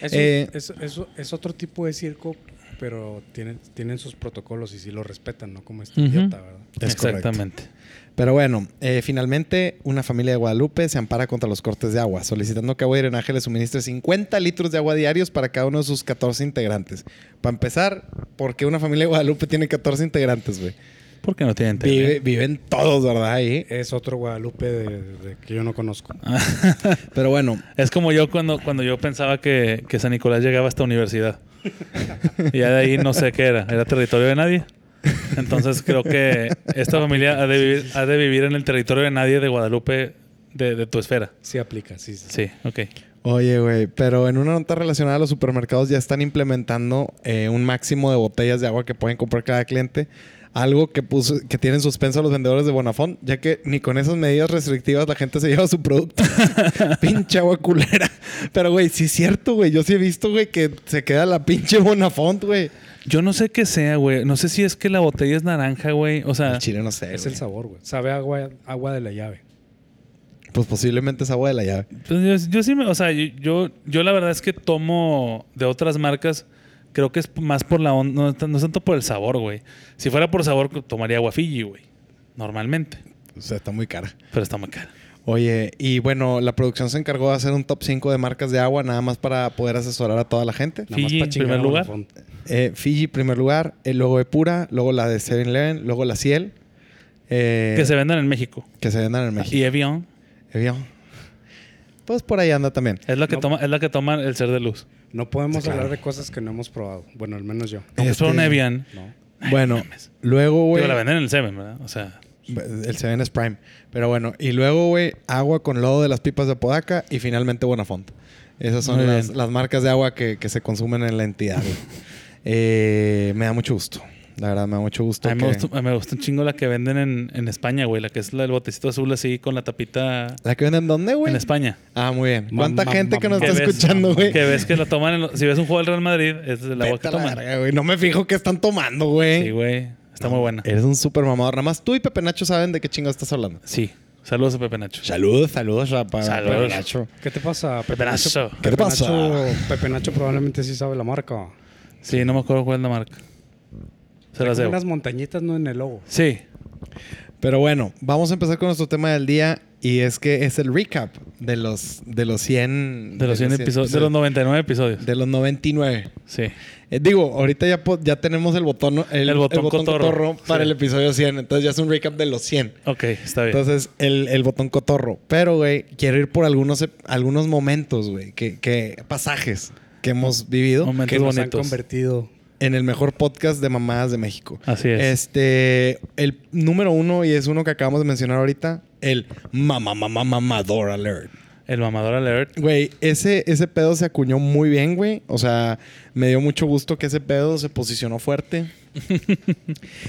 E: Es,
D: Eh,
E: un- es, es- es otro tipo de circo, pero tienen, tienen sus protocolos y sí lo respetan, ¿no? Como este
C: Ujú.
E: idiota, ¿verdad?
D: Es
C: Exactamente.
D: Pero bueno, eh, finalmente una familia de Guadalupe se ampara contra los cortes de agua, solicitando que Agua y Drenaje le suministre 50 litros de agua diarios para cada uno de sus 14 integrantes. Para empezar, ¿por qué una familia de Guadalupe tiene 14 integrantes, güey?
C: Porque no tienen tele.
D: Vive- viven todos, ¿verdad? Ahí.
E: Es otro Guadalupe de- de que yo no conozco.
C: Ah.
D: Pero bueno,
C: Es como yo cuando, cuando yo pensaba que, que San Nicolás llegaba hasta universidad. y ya de ahí no sé qué era. Era territorio de nadie. Entonces creo que esta familia ha de vivir, ha de vivir en el territorio de nadie de Guadalupe, de, de tu esfera.
E: Sí aplica, sí. sí.
C: Sí, ok.
D: Oye, güey, pero en una nota relacionada a los supermercados ya están implementando eh, un máximo de botellas de agua que pueden comprar cada cliente. Algo que puso, que tienen suspenso a los vendedores de Bonafont, ya que ni con esas medidas restrictivas la gente se lleva su producto. pinche agua culera. Pero, güey, sí es cierto, güey. Yo sí he visto, güey, que se queda la pinche Bonafont, güey.
C: Yo no sé qué sea, güey. No sé si es que la botella es naranja, güey. O sea,
D: El chile no sé.
E: Es
D: güey.
E: el sabor, güey. Sabe a agua, agua de la llave.
D: Pues posiblemente es agua de la llave.
C: pues yo, yo sí me. O sea, yo, yo, yo la verdad es que tomo de otras marcas. Creo que es más por la onda. No, es tan- no es tanto por el sabor, güey. Si fuera por sabor, tomaría agua Fiji, güey. Normalmente.
D: O sea, está muy cara.
C: Pero está muy cara.
D: Oye, y bueno, la producción se encargó de hacer un top 5 de marcas de agua, nada más para poder asesorar a toda la gente.
E: Nada más
C: Fiji,
E: pa'
C: en
E: chingar
C: primer
E: a
C: lugar.
E: Bonafont.
D: Eh, Fiji, primer lugar, eh, luego Epura, luego la de 7-Eleven, luego la Ciel. eh,
C: que se vendan en México.
D: que se vendan en México.
C: Y Evian
D: Evian. Pues por ahí anda también.
C: es la que
E: No.
C: toma, es la que toma el ser de luz.
E: No podemos
D: Sí, claro.
E: hablar de cosas que no hemos probado. Bueno, al menos yo.
C: Aunque
D: Este-
C: solo un Evian.
E: No.
D: Bueno, luego, güey.
C: Digo, la venden en el Seven, ¿verdad? O sea,
D: El 7 es Prime. Pero bueno, y luego, güey, agua con lodo de las pipas de Apodaca y finalmente Bonafont. Esas son
C: Muy
D: las,
C: bien.
D: las marcas de agua que, que se consumen en la entidad. güey. Eh, me da mucho gusto. La verdad, me da mucho gusto.
C: a mí me
D: que-
C: gusta, me gusta un chingo la que venden en, en España, güey. La que es la del botecito azul así con la tapita
D: ¿La que venden dónde, güey?
C: en España.
D: Ah, muy bien. ¿Cuánta
E: Mam-
D: gente
E: mam-
D: que nos
E: mam-
D: está
C: ves-
D: escuchando, güey?
C: Que ves que la toman. en lo- si ves un juego del Real Madrid, es el agua
D: Vete
C: que
D: a la
C: toman.
D: verga, güey. No me fijo qué están tomando, güey.
C: Sí, Eh, güey. Está muy buena.
D: Eres un súper mamador. Nada más tú y Pepe Nacho saben de qué chingo estás hablando.
C: Sí. Saludos a Pepe Nacho.
D: Saludos, saludos a pa-
C: Saludos.
D: Pepe Nacho.
E: ¿Qué te pasa, Pepe
C: Pepenazo.
E: Nacho?
D: ¿Qué te pasa?
E: Nacho- Pepe Nacho probablemente sí sabe la marca.
C: Sí, no me acuerdo cuál es la marca. Se las
E: Como
C: debo.
E: unas montañitas no en el logo.
C: Sí.
D: Pero bueno, vamos a empezar con nuestro tema del día y es que es el recap de los, de los 100...
C: De los 100 episodios. De los 99 episodios.
D: De los 99.
C: Sí.
D: Eh, digo, ahorita ya, po- ya tenemos el botón, el,
C: El botón cotorro.
D: para
C: Sí.
D: el episodio 100. Entonces ya es un recap de los 100.
C: Ok, está bien.
D: Entonces, el, el botón cotorro. Pero, güey, quiero ir por algunos, ep- algunos momentos, güey, que, que pasajes que hemos vivido
C: Momentos
E: Que nos han
C: bonitos.
E: convertido.
D: en el mejor podcast de mamadas de México.
C: Así es.
D: Este, el número uno, y es uno que acabamos de mencionar ahorita, el mamá, mamá, mamador alert.
C: El mamador alert.
D: Güey, ese, ese pedo se acuñó muy bien, güey. O sea, me dio mucho gusto que ese pedo se posicionó fuerte.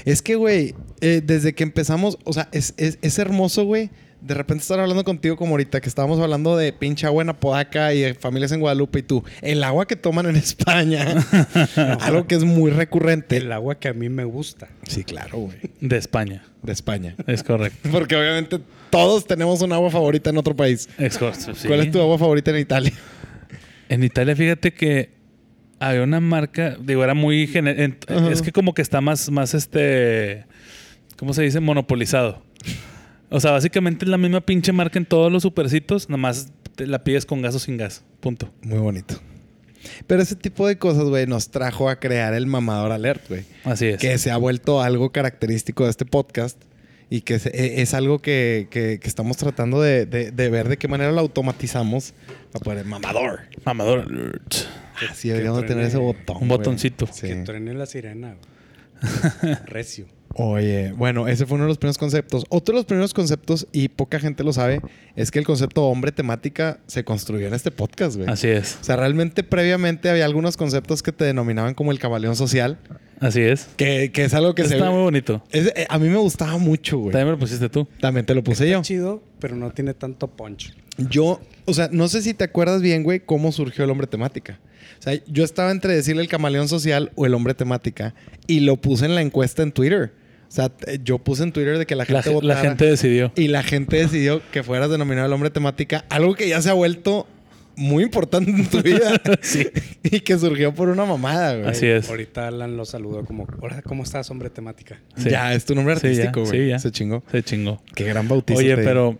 D: es que, güey, eh, desde que empezamos, o sea, es, es- es hermoso, güey. De repente estar hablando contigo como ahorita, que estábamos hablando de pinche agua en Apodaca y de familias en Guadalupe y tú, el agua que toman en España. algo que es muy recurrente.
E: El agua que a mí me gusta.
D: Sí, claro, güey.
C: De España.
D: De España.
C: Es correcto.
D: Porque obviamente todos tenemos un agua favorita en otro país.
C: Es correcto. sí.
D: ¿Cuál es tu agua favorita en Italia?
C: En Italia, fíjate que había una marca, digo, era muy gene- en-
D: Ajá.
C: Es que como que está más, más este, ¿cómo se dice? Monopolizado. O sea, básicamente es la misma pinche marca en todos los supercitos, nada más te la pides con gas o sin gas. Punto.
D: Muy bonito. Pero ese tipo de cosas, güey, nos trajo a crear el mamador alert, güey.
C: Así es.
D: Que se ha vuelto algo característico de este podcast y que es, e- es algo que, que- que estamos tratando de, de- de ver de qué manera lo automatizamos para poner mamador.
C: Mamador alert.
D: Así deberíamos de
E: truene.
D: tener ese botón.
C: Un
D: güey.
C: botoncito.
D: Sí.
E: Que truene la sirena. güey. Recio.
D: Oye, bueno, ese fue uno de los primeros conceptos. Otro de los primeros conceptos, y poca gente lo sabe, es que el concepto hombre temática se construyó en este podcast, güey.
C: Así es.
D: O sea, realmente previamente había algunos conceptos que te denominaban como el cabaleón social,
C: Así es.
D: que, que es algo que
C: Está
D: se...
C: muy bonito.
D: Es- eh, a mí me gustaba mucho, güey.
C: También me lo pusiste tú.
D: También te lo puse yo.
E: Está chido, pero no tiene tanto punch.
D: Yo, o sea, no sé si te acuerdas bien, güey, cómo surgió el hombre temática. O sea, yo estaba entre decirle el camaleón social o el hombre temática y lo puse en la encuesta en Twitter. O sea, t- yo puse en Twitter de que la
C: La,
D: gente
C: ge- la
D: votara
C: gente decidió.
D: y la gente decidió que fueras denominado el hombre temática, algo que ya se ha vuelto muy importante en tu vida
C: Sí.
D: y que surgió por una mamada, güey.
C: Así es.
E: Ahorita Alan lo saludó como, hola, ¿cómo estás, hombre temática?
C: Sí.
D: Ya, es tu nombre
C: Sí, ya.
D: artístico, güey.
C: Sí, ya.
D: Se chingó.
C: Se chingó.
D: Qué gran bautizo.
C: Oye,
D: te digo.
C: pero,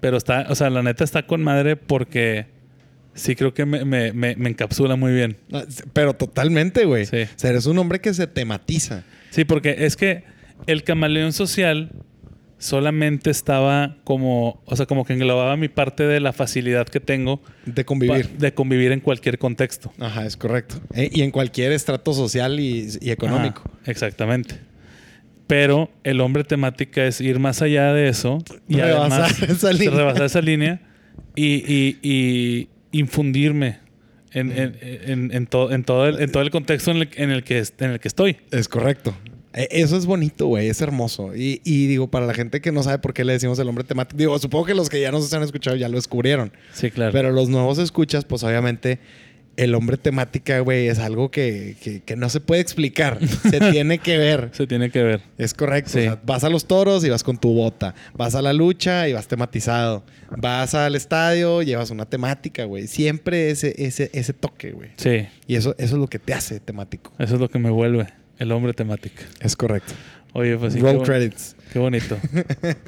C: pero está, o sea, la neta está con madre porque sí creo que me, me- me- me encapsula muy bien.
D: Ah, s- Pero totalmente, güey.
C: Sí.
D: O sea, eres un hombre que se tematiza.
C: Sí, porque es que el camaleón social solamente estaba como, o sea, como que englobaba mi parte de la facilidad que tengo
D: De
C: pa-
D: convivir.
C: de convivir en cualquier contexto.
D: Ajá, es correcto. Eh, y en cualquier estrato social y, y económico.
C: Ajá, exactamente. Pero el hombre temática es ir más allá de eso y
D: Rebasar
C: además
D: esa línea.
C: rebasar esa línea y, y- y infundirme en, en- en- en to- en todo, el, en todo el contexto en el, en el que, est- en el que estoy.
D: Es correcto. E- Eso es bonito, güey, es hermoso. Y, y digo, para la gente que no sabe por qué le decimos el hombre temático, digo, supongo que los que ya nos han escuchado ya lo descubrieron.
C: Sí, claro.
D: Pero los nuevos escuchas, pues obviamente el hombre temática, güey, es algo que, que- que no se puede explicar. se tiene que ver.
C: Se tiene que ver.
D: Es correcto.
C: Sí.
D: O sea, vas a los toros y vas con tu bota. Vas a la lucha y vas tematizado. Vas al estadio, llevas una temática, güey. Siempre ese, ese, ese toque, güey.
C: Sí,
D: Y eso, eso es lo que te hace temático.
C: eso es lo que me vuelve. El hombre temático.
D: Es correcto.
C: Oye, pues sí.
D: Roll
C: qué, bo-
D: credits.
C: qué bonito.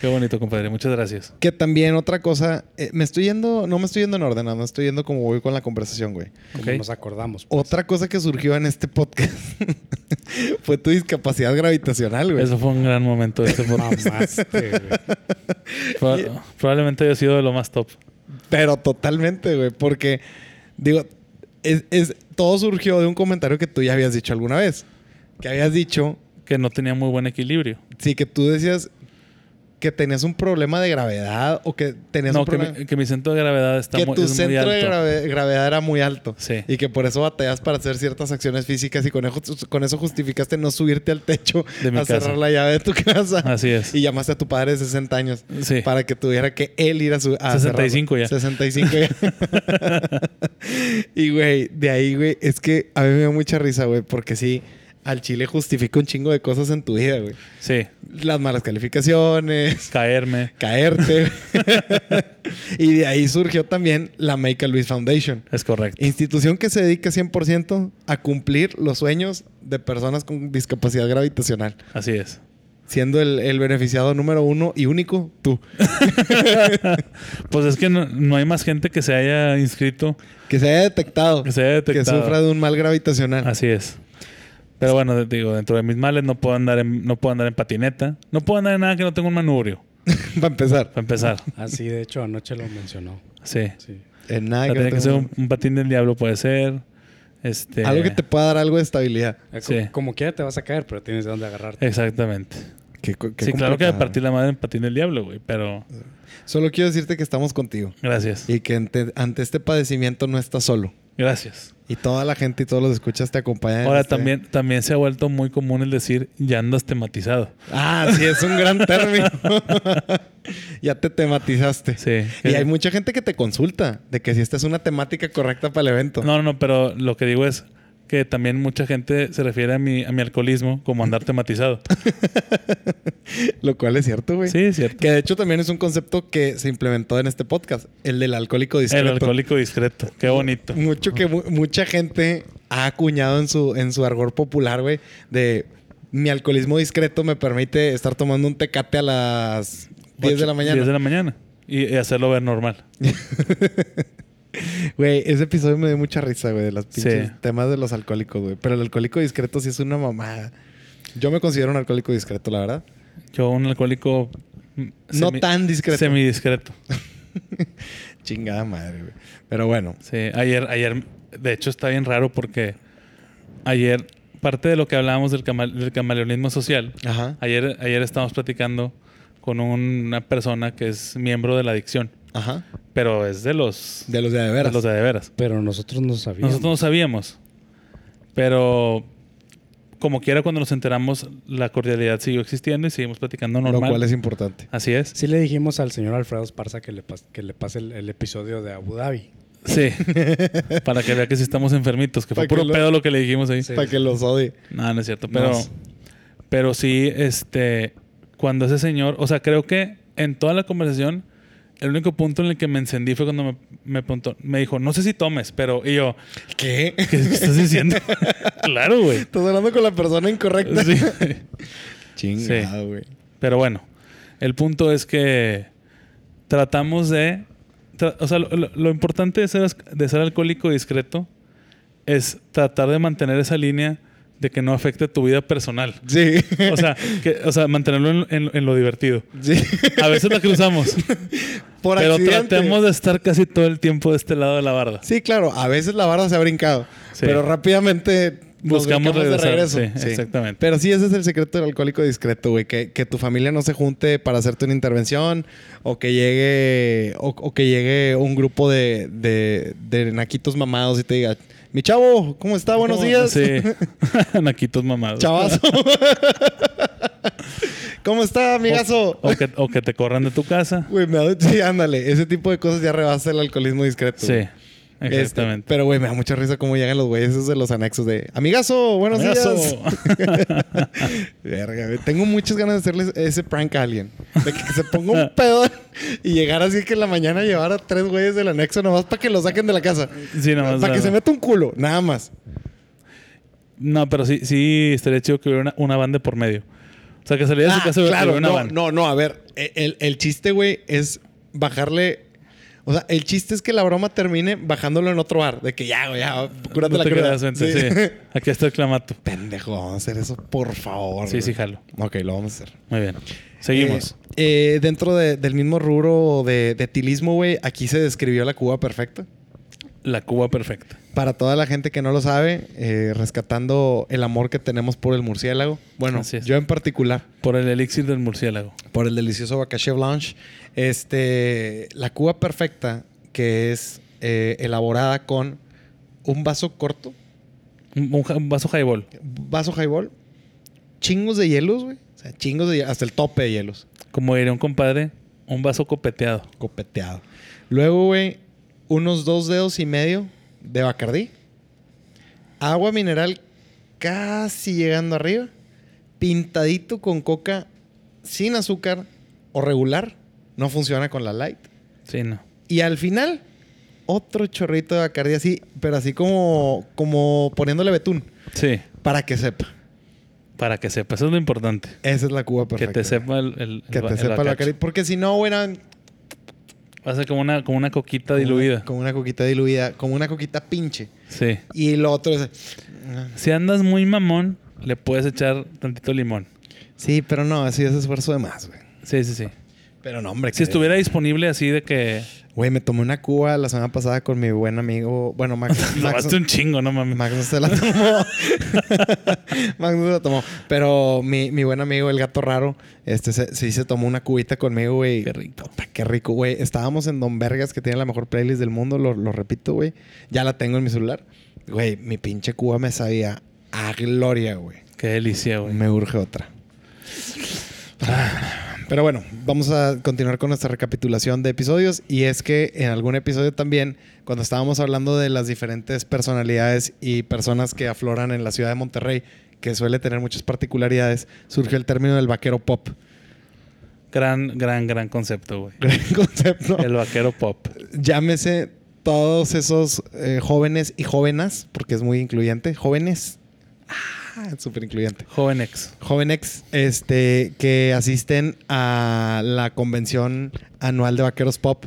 C: qué bonito, compadre. Muchas gracias.
D: Que también otra cosa, eh, me estoy yendo, no me estoy yendo en orden, no me estoy yendo como voy con la conversación, güey.
E: Como
C: Ok.
E: nos acordamos.
D: Otra cosa que surgió en este podcast fue tu discapacidad gravitacional, güey. Ah,
C: Eso fue un gran momento. de Este podcast.
E: Mamaste, güey.
C: Proba- Probablemente haya sido de lo más top.
D: Pero totalmente, güey, porque digo, es, es- todo surgió de un comentario que tú ya habías dicho alguna vez. Que habías dicho,
C: Que no tenía muy buen equilibrio.
D: sí, que tú decías que tenías un problema de gravedad o que tenías
C: No,
D: un
C: que
D: problema...
C: mi, que mi centro de gravedad está
D: que
C: muy,
D: tu
C: es muy
D: centro de
C: alto.
D: grave- gravedad era muy alto.
C: Sí.
D: Y que por eso batallas para hacer ciertas acciones físicas y con eso, con eso justificaste no subirte al techo
C: De mi
D: a
C: casa.
D: cerrar la llave de tu casa.
C: Así es.
D: Y llamaste a tu padre de 60 años
C: Sí.
D: para que tuviera que él ir a su... a
C: 65 ya.
D: 65 ya. y, güey, de ahí, güey, es que a mí me da mucha risa, güey, porque sí, al chile justifica un chingo de cosas en tu vida, güey.
C: Sí.
D: Las malas calificaciones,
C: Caerme.
D: caerte. y de ahí surgió también la Make a Luis Foundation.
C: Es correcto.
D: Institución que se dedica 100% a cumplir los sueños de personas con discapacidad gravitacional,
C: Así es.
D: siendo el, el beneficiado número uno y único tú,
C: Pues es que no, no hay más gente que se haya inscrito,
D: que se haya detectado,
C: que se haya
D: que
C: detectado.
D: sufra de un mal gravitacional.
C: Así es. Pero bueno, de- digo, dentro de mis males no puedo andar en, no puedo andar en patineta. No puedo andar en nada que no tenga un manubrio.
D: Para empezar,
C: Para empezar.
E: Así, Ah, de hecho, anoche lo mencionó.
C: Sí.
E: Sí. Eh,
D: en Eh, nada
C: O sea,
D: no
C: tiene que ser
D: tenga-
C: un, un patín del diablo, puede ser. Este,
D: Algo que te pueda dar algo de estabilidad.
E: Eh, co-
C: Sí. Eh.
E: Como, quiera te vas a caer, pero tienes de dónde agarrarte.
C: Exactamente.
D: Qué co- qué
C: sí, claro que me
D: complicado.
C: partí la madre en patín del diablo, güey. Pero
D: Solo quiero decirte que estamos contigo
C: gracias.
D: y que ante- ante este padecimiento no estás solo.
C: Gracias.
D: Y toda la gente y todos los escuchas te acompañan. en
C: Ahora
D: este-
C: también, también se ha vuelto muy común el decir ya andas tematizado.
D: Ah, sí, es un gran término. ya te tematizaste.
C: Sí.
D: Y hay mucha gente que te consulta de que si esta es una temática correcta para el evento.
C: No, no, no, pero lo que digo es que también mucha gente se refiere a mi, a mi alcoholismo como andar tematizado.
D: Lo cual es cierto, güey.
C: sí, es cierto.
D: Que de hecho también es un concepto que se implementó en este podcast, el del alcohólico discreto.
C: El alcohólico discreto. Qué bonito.
D: Mucho que mu- mucha gente ha acuñado en su, en su argor popular, güey, de mi alcoholismo discreto me permite estar tomando un tecate a las 10 de la mañana.
C: 10 de la mañana. Y, y hacerlo ver normal.
D: Güey, ese episodio me dio mucha risa, güey, de los pinches
C: Sí.
D: temas de los alcohólicos, güey. Pero el alcohólico discreto sí es una mamada. Yo me considero un alcohólico discreto, la verdad.
C: Yo, un alcohólico. mm,
D: No
C: semi-
D: tan discreto.
C: Semidiscreto.
D: Chingada madre, güey. Pero bueno,
C: Sí, ayer, ayer, de hecho está bien raro porque ayer, parte de lo que hablábamos del, cama- del camaleonismo social,
D: ajá,
C: ayer, ayer estábamos platicando con una persona que es miembro de la adicción,
D: ajá.
C: pero es de los
D: De los de de
C: de,
D: veras.
C: los de, de veras.
E: Pero nosotros no sabíamos.
C: Nosotros no sabíamos, pero como quiera cuando nos enteramos, la cordialidad siguió existiendo y seguimos platicando normal.
D: Lo cual es importante.
C: Así es.
E: Sí le dijimos al señor Alfredo Esparza que le, pas- que le pase el, el episodio de Abu Dhabi.
C: Sí. Para que vea que sí estamos enfermitos, que fue
D: Para que
C: puro
D: lo-
C: pedo lo que le dijimos ahí.
E: Sí.
D: Para que los odie.
C: No, no es cierto. Pero,
D: Nos.
C: pero sí, este, cuando ese señor, o sea, creo que en toda la conversación, el único punto en el que me encendí fue cuando me, me, preguntó- me dijo, no sé si tomes, pero, y yo,
D: ¿Qué?
C: ¿qué, qué estás diciendo? claro, güey.
D: Estás hablando con la persona incorrecta.
C: Sí.
D: Chingada, güey.
C: Pero bueno, el punto es que tratamos de, tra- o sea, lo, lo- lo importante de ser, de ser alcohólico discreto es tratar de mantener esa línea de que no afecte tu vida personal.
D: Sí.
C: O sea, que- o sea mantenerlo en, en- en lo divertido.
D: sí.
C: A veces la cruzamos,
D: Por
C: pero
D: accidente.
C: tratemos de estar casi todo el tiempo de este lado de la barda.
D: Sí, claro. A veces la barra se ha brincado.
C: Sí.
D: Pero rápidamente nos
C: Buscamos
D: brincamos de
C: regresar,
D: regreso.
C: sí, exactamente.
D: Pero sí, ese es el secreto del alcohólico discreto, güey. Que, que tu familia no se junte para hacerte una intervención o que llegue o, o que llegue un grupo de, de, de naquitos mamados y te diga, Mi chavo, ¿cómo está? Ah, Buenos días.
C: Sí. Naquitos mamados.
D: Chavazo. ¿Cómo está, amigazo?
C: O, o que, o que te corran de tu casa.
D: Güey, me da- Sí, ándale. Ese tipo de cosas ya rebasa el alcoholismo discreto.
C: Sí.
D: güey. Este,
C: Exactamente.
D: pero, güey, me da mucha risa cómo llegan los güeyes esos de los anexos de... Amigazo, buenos días.
C: Amigazo.
D: Verga, güey. Tengo muchas ganas de hacerles ese prank a alguien. De que se ponga un pedo y llegar así que en la mañana llevar a tres güeyes del anexo nomás para que lo saquen de la casa.
C: Sí, nomás,
D: Para que
C: nada.
D: se meta un culo, nada más.
C: No, pero sí, sí estaría chido que hubiera una, una banda por medio. O sea, que salía de su
D: Ah,
C: casa y hubiera-
D: claro,
C: hubiera una
D: no,
C: banda.
D: no, no, a ver, e- el, el chiste, güey, es bajarle. O sea, el chiste es que la broma termine bajándolo en otro bar. De que ya, güey, ya, cúrate
C: No
D: la
C: te
D: cruda.
C: creas, vente,
D: Sí.
C: sí. Aquí está el clamato.
D: Pendejo, vamos a hacer eso, por favor.
C: Sí,
D: güey.
C: sí, jalo.
D: Ok, lo vamos a hacer.
C: Muy bien. Seguimos.
D: Eh, eh, dentro de- del mismo rubro de, de tilismo, güey, aquí se describió la Cuba perfecta.
C: La Cuba perfecta.
D: Para toda la gente que no lo sabe, eh, rescatando el amor que tenemos por el murciélago. Bueno,
C: Así es.
D: yo en particular.
C: Por el elixir del murciélago.
D: por el delicioso Bacaché Blanche. Este, la cuba perfecta, que es eh, elaborada con un vaso corto,
C: Un, un ja- un vaso highball.
D: vaso highball, chingos de hielos, güey. O sea, chingos de hie- hasta el tope de hielos,
C: Como diría un compadre, un vaso copeteado.
D: copeteado. Luego, güey, unos dos dedos y medio de Bacardí. Agua mineral casi llegando arriba. Pintadito con coca sin azúcar o regular. No funciona con la light.
C: Sí, no.
D: Y al final, otro chorrito de Bacardi así, pero así como, como poniéndole betún,
C: Sí,
D: para que sepa.
C: para que sepa. Eso es lo importante.
D: Esa es la cuba perfecta.
C: Que te sepa el, el,
D: Que
C: el ba-
D: te
C: el
D: sepa el
C: bacacho.
D: Bacardi. Porque si no, era
C: Va a ser como una, como una coquita diluida.
D: Como una coquita diluida, como una coquita pinche.
C: Sí.
D: Y lo otro es...
C: Si andas muy mamón, le puedes echar tantito limón.
D: Sí, pero no, así es esfuerzo de más, güey.
C: Sí, sí, sí.
D: Pero no, hombre.
C: Si estuviera disponible así de que...
D: Güey, me tomé una cuba la semana pasada con mi buen amigo... Bueno, Max... Max,
C: Tomaste un chingo, no mames.
D: Max no se la tomó. Max no se la tomó. Pero mi, mi buen amigo, el gato raro, este se- sí se tomó una cubita conmigo, güey.
C: Qué rico.
D: Puta, qué rico, güey. Estábamos en Don Vergas, que tiene la mejor playlist del mundo, lo, lo repito, güey. Ya la tengo en mi celular. Güey, mi pinche cuba me sabía a gloria, güey.
C: Qué delicia, güey.
D: Me urge otra. Pero bueno, vamos a continuar con nuestra recapitulación de episodios. Y es que en algún episodio también, cuando estábamos hablando de las diferentes personalidades y personas que afloran en la ciudad de Monterrey, que suele tener muchas particularidades, surgió el término del vaquero pop.
C: Gran, gran, gran concepto, güey.
D: Gran concepto.
C: El vaquero pop.
D: Llámese todos esos eh, jóvenes y jóvenes, porque es muy incluyente. Jóvenes. Ah, súper incluyente.
C: Joven ex.
D: jóvenes este, que asisten a la convención anual de Vaqueros Pop,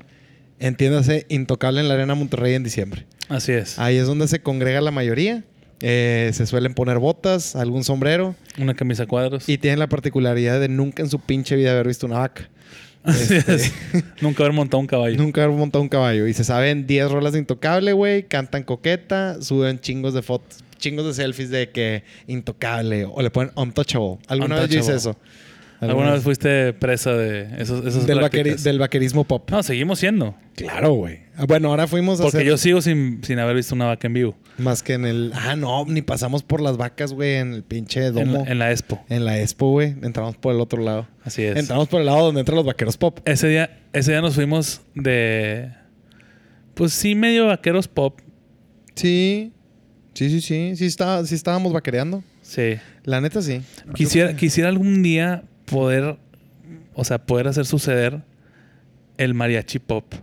D: entiéndase, Intocable en la Arena Monterrey en diciembre.
C: Así es.
D: Ahí es donde se congrega la mayoría. Eh, se suelen poner botas, algún sombrero
C: Una camisa a cuadros.
D: y tienen la particularidad de nunca en su pinche vida haber visto una vaca.
C: Así
D: este,
C: es. Nunca haber montado un caballo.
D: Nunca haber montado un caballo. Y se saben 10 rolas de Intocable, güey. Cantan coqueta, suben chingos de fotos, chingos de selfies de que Intocable o le ponen Untouchable. ¿Alguna vez yo hice
C: Untouchable.
D: eso?
C: ¿Alguna vez fuiste presa de esos, esas
D: del, vaqueri-
C: prácticas?
D: del vaquerismo pop.
C: No, seguimos siendo.
D: Claro, güey. Ah, Bueno, ahora fuimos a
C: Porque
D: hacer
C: yo sigo sin, sin haber visto una vaca en vivo.
D: más que en el. Ah, no, ni pasamos por las vacas, güey, en el pinche
C: En,
D: domo.
C: la- en la expo.
D: En la expo, güey. Entramos por el otro lado.
C: Así es.
D: Entramos por el lado donde entran los vaqueros pop.
C: Ese día, ese día nos fuimos de. Pues sí, medio vaqueros pop.
D: Sí. Sí, sí, sí. Sí, está, sí estábamos vaquereando.
C: Sí.
D: La neta, sí.
C: Quisiera, quisiera algún día poder. O sea, poder hacer suceder el mariachi pop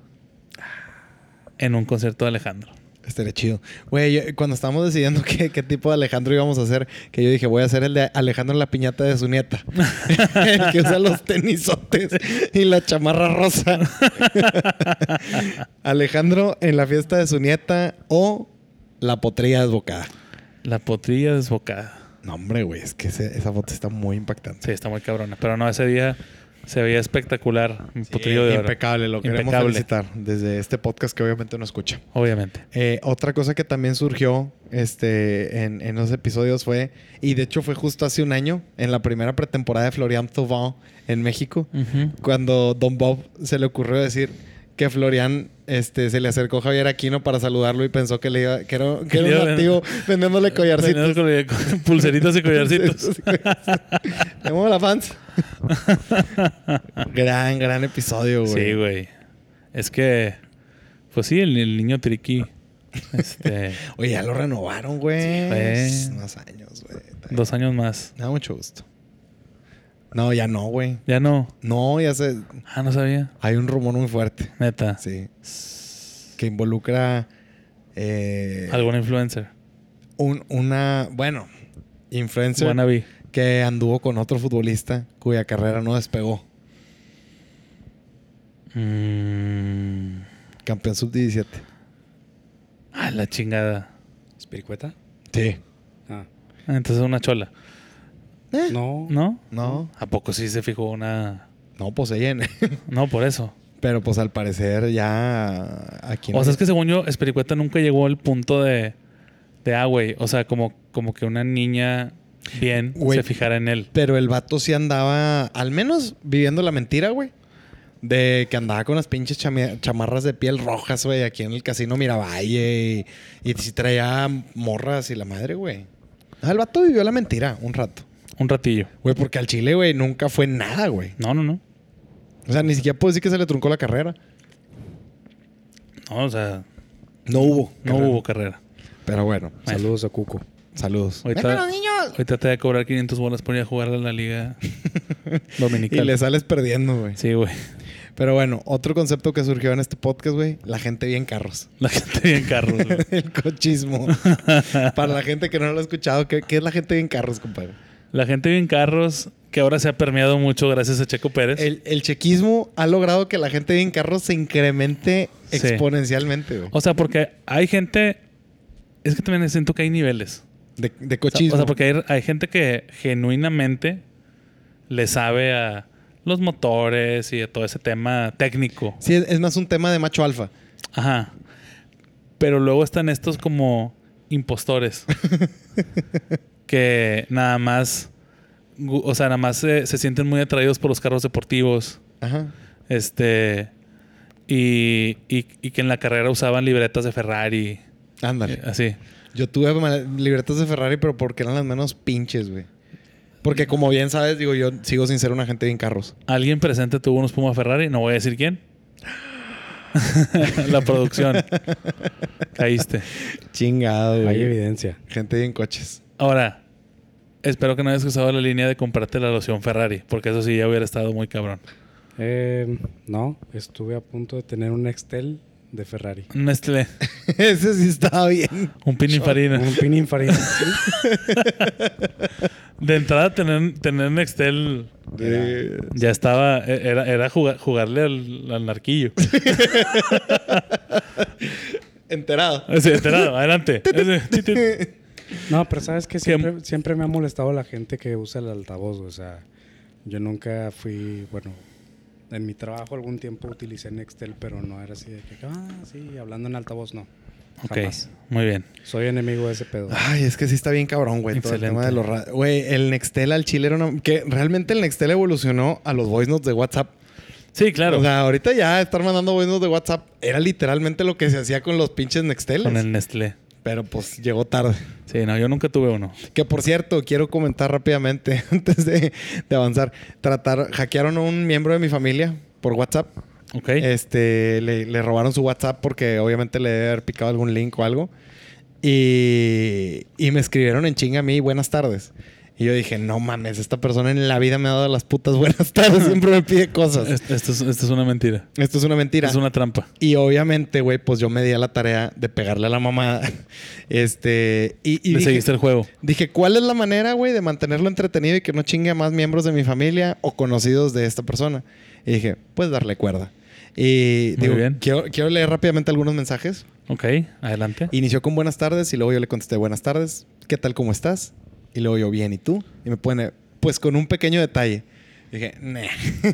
C: en un concierto de Alejandro.
D: Estaría chido. Güey, yo- cuando estábamos decidiendo qué, qué tipo de Alejandro íbamos a hacer, que yo dije, voy a hacer el de Alejandro en la piñata de su nieta. el que usa los tenisotes y la chamarra rosa. Alejandro en la fiesta de su nieta o la potrilla desbocada.
C: La potrilla desbocada.
D: No, hombre, güey, es que ese- esa foto está muy impactante.
C: Sí, está muy cabrona. Pero no, ese día se veía espectacular. Mi potrillo de oro.
D: impecable, lo queremos
C: Impecable.
D: felicitar desde este podcast que obviamente no escucha.
C: Obviamente.
D: Eh, otra cosa que también surgió este, en, en los episodios fue, y de hecho fue justo hace un año, en la primera pretemporada de Florian Thauvin en México,
C: Ujú.
D: cuando Don Bob se le ocurrió decir que Florian este, se le acercó Javier Aquino para saludarlo y pensó que, le iba, que era, que era
C: Le iba
D: un
C: a-
D: nativo vendiéndole
C: Vendiendo
D: collarcitos.
C: colla- con Pulseritas y collarcitos.
D: Le muevo la fans. gran, gran episodio, güey.
C: Sí, güey. Es que, pues sí, el, el niño triqui. Este,
D: Oye, ya lo renovaron, güey.
C: güey.
D: Unos años, güey. Está bien.
C: dos años más.
D: Me da mucho gusto. No, ya no, güey.
C: Ya no.
D: No, ya se.
C: Ah, no sabía.
D: Hay un rumor muy fuerte.
C: Neta.
D: Sí. Que involucra. eh,
C: Algún influencer.
D: un- una. Bueno, influencer
C: Wannabe.
D: que anduvo con otro futbolista cuya carrera no despegó.
C: Mm.
D: Campeón sub-17.
C: Ah, la chingada.
E: ¿Espiricueta?
D: Sí.
E: Ah.
C: Ah, Entonces una chola.
E: No.
C: ¿No?
D: Eh, No,
C: ¿A poco sí se fijó una...?
D: no poseen.
C: No, por eso.
D: Pero pues al parecer ya. Aquí no
C: O sea,
D: hay-
C: es que según yo, Espericueta nunca llegó al punto de... De, ah, güey. O sea, como, como que una niña bien
D: Güey.
C: se fijara en él.
D: Pero el vato sí andaba, al menos viviendo la mentira, güey. De que andaba con las pinches chami- chamarras de piel rojas, güey, aquí en el casino Miravalle. Y, y sí traía morras y la madre, güey. Ah, el vato vivió la mentira un rato.
C: Un ratillo.
D: Güey, porque al Chile, güey, nunca fue nada, güey.
C: No, no, no.
D: O sea, ni siquiera puedo decir que se le truncó la carrera.
C: No, o sea,
D: No hubo.
C: no hubo carrera.
D: Pero bueno,
E: Saludos a Cuco.
D: saludos.
C: Ahorita, ahorita te voy a cobrar 500 bolas por ir a jugar a la liga
D: Y
C: dominicana.
D: le sales perdiendo, güey.
C: Sí, güey.
D: Pero bueno, otro concepto que surgió en este podcast, güey, la gente bien carros.
C: La gente bien carros, güey.
D: El cochismo. Para la gente que no lo ha escuchado, ¿qué, qué es la gente bien carros, compadre?
C: La gente bien carros, que ahora se ha permeado mucho gracias a Checo Pérez.
D: El, el chequismo ha logrado que la gente bien carros se incremente
C: Sí.
D: exponencialmente, güey.
C: O sea, porque hay gente... Es que también siento que hay niveles.
D: De, de
C: O sea,
D: cochismo.
C: o sea, porque hay, hay gente que genuinamente le sabe a los motores y a todo ese tema técnico.
D: Sí, es, es más un tema de macho alfa.
C: Ajá. Pero luego están estos como impostores. que nada más. gu- O sea, nada más se, se sienten muy atraídos por los carros deportivos.
D: Ajá.
C: Este. Y, y- y que en la carrera usaban libretas de Ferrari.
D: Ándale.
C: Así.
D: Yo tuve ma- libretas de Ferrari, pero porque eran las menos pinches, güey. Porque como bien sabes, digo, yo sigo sin ser una gente bien carros.
C: Alguien presente tuvo unos Puma Ferrari, no voy a decir quién. la producción. Caíste.
D: Chingado,
C: Eh.
E: Hay
D: güey.
E: evidencia.
D: Gente bien coches.
C: Ahora, espero que no hayas usado la línea de comprarte la loción Ferrari, porque eso sí ya hubiera estado muy cabrón.
E: Eh, no, estuve a punto de tener un Nextel de Ferrari.
C: Un Nestlé,
D: Ese sí estaba bien.
C: un Pininfarina.
E: Un Pininfarina.
C: De entrada, tener, tener Nextel
D: Eh,
C: ya estaba. e- Era, era jugar- jugarle al, al narquillo.
D: Enterado.
C: Así, de entrada, adelante. Así, tit, tit.
E: No, pero sabes que
C: Que-
E: siempre, siempre me ha molestado la gente que usa el altavoz. O sea, yo nunca fui, bueno, en mi trabajo algún tiempo utilicé Nextel, pero no era así de que, ah, sí, hablando en altavoz, no.
C: Ok, Ah,
E: Jamás.
C: muy bien.
E: Soy enemigo de ese pedo.
D: Ay, es que sí está bien cabrón, güey. Todo el
C: Excelente.
D: tema de los ra- Güey, el Nextel al chile era una. Que realmente el Nextel evolucionó a los voice notes de WhatsApp.
C: Sí, claro.
D: O sea, ahorita ya estar mandando voice notes de WhatsApp era literalmente lo que se hacía con los pinches Nexteles.
C: con el Nestlé.
D: Pero pues llegó tarde.
C: Sí, no, yo nunca tuve uno.
D: Que por cierto, quiero comentar rápidamente antes de, de avanzar. Tratar, hackearon a un miembro de mi familia por WhatsApp.
C: Ok.
D: Este, le, le robaron su WhatsApp porque obviamente le debe haber picado algún link o algo. Y, y me escribieron en chinga a mí, buenas tardes. Y yo dije, no mames, esta persona en la vida me ha dado las putas buenas tardes, siempre me pide cosas.
C: Es- Esto es, esto es una mentira.
D: Esto es una mentira.
C: Es una trampa.
D: Y obviamente, güey, pues yo me di a la tarea de pegarle a la mamada. Este, y, y
C: Le
D: dije,
C: seguiste el juego.
D: dije, ¿cuál es la manera, güey, de mantenerlo entretenido y que no chingue a más miembros de mi familia o conocidos de esta persona? Y dije, pues darle cuerda. Y
C: Muy
D: digo,
C: bien.
D: Quiero, quiero leer rápidamente algunos mensajes.
C: Ok, adelante.
D: Inició con buenas tardes y luego yo le contesté buenas tardes, ¿qué tal, cómo estás? Y luego yo, bien, ¿y tú? Y me pone, pues con un pequeño detalle. Y dije, nah.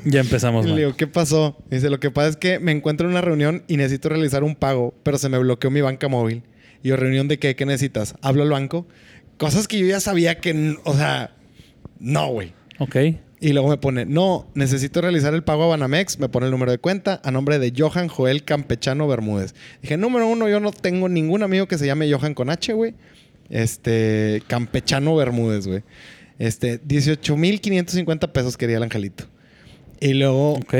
C: Ya empezamos
D: Y le
C: mal.
D: digo, ¿qué pasó? Y dice, lo que pasa es que me encuentro en una reunión y necesito realizar un pago, pero se me bloqueó mi banca móvil. Y yo, ¿reunión de qué? ¿Qué necesitas? ¿Hablo al banco? Cosas que yo ya sabía que, n- o sea, no, güey.
C: Ok.
D: Y luego me pone, no, necesito realizar el pago a Banamex. Me pone el número de cuenta a nombre de Johan Joel Campechano Bermúdez. Dije, número uno, yo no tengo ningún amigo que se llame Johan con H, güey. Este, Campechano Bermúdez, güey. Este, 18.550 pesos quería el angelito. Y luego
C: Ok.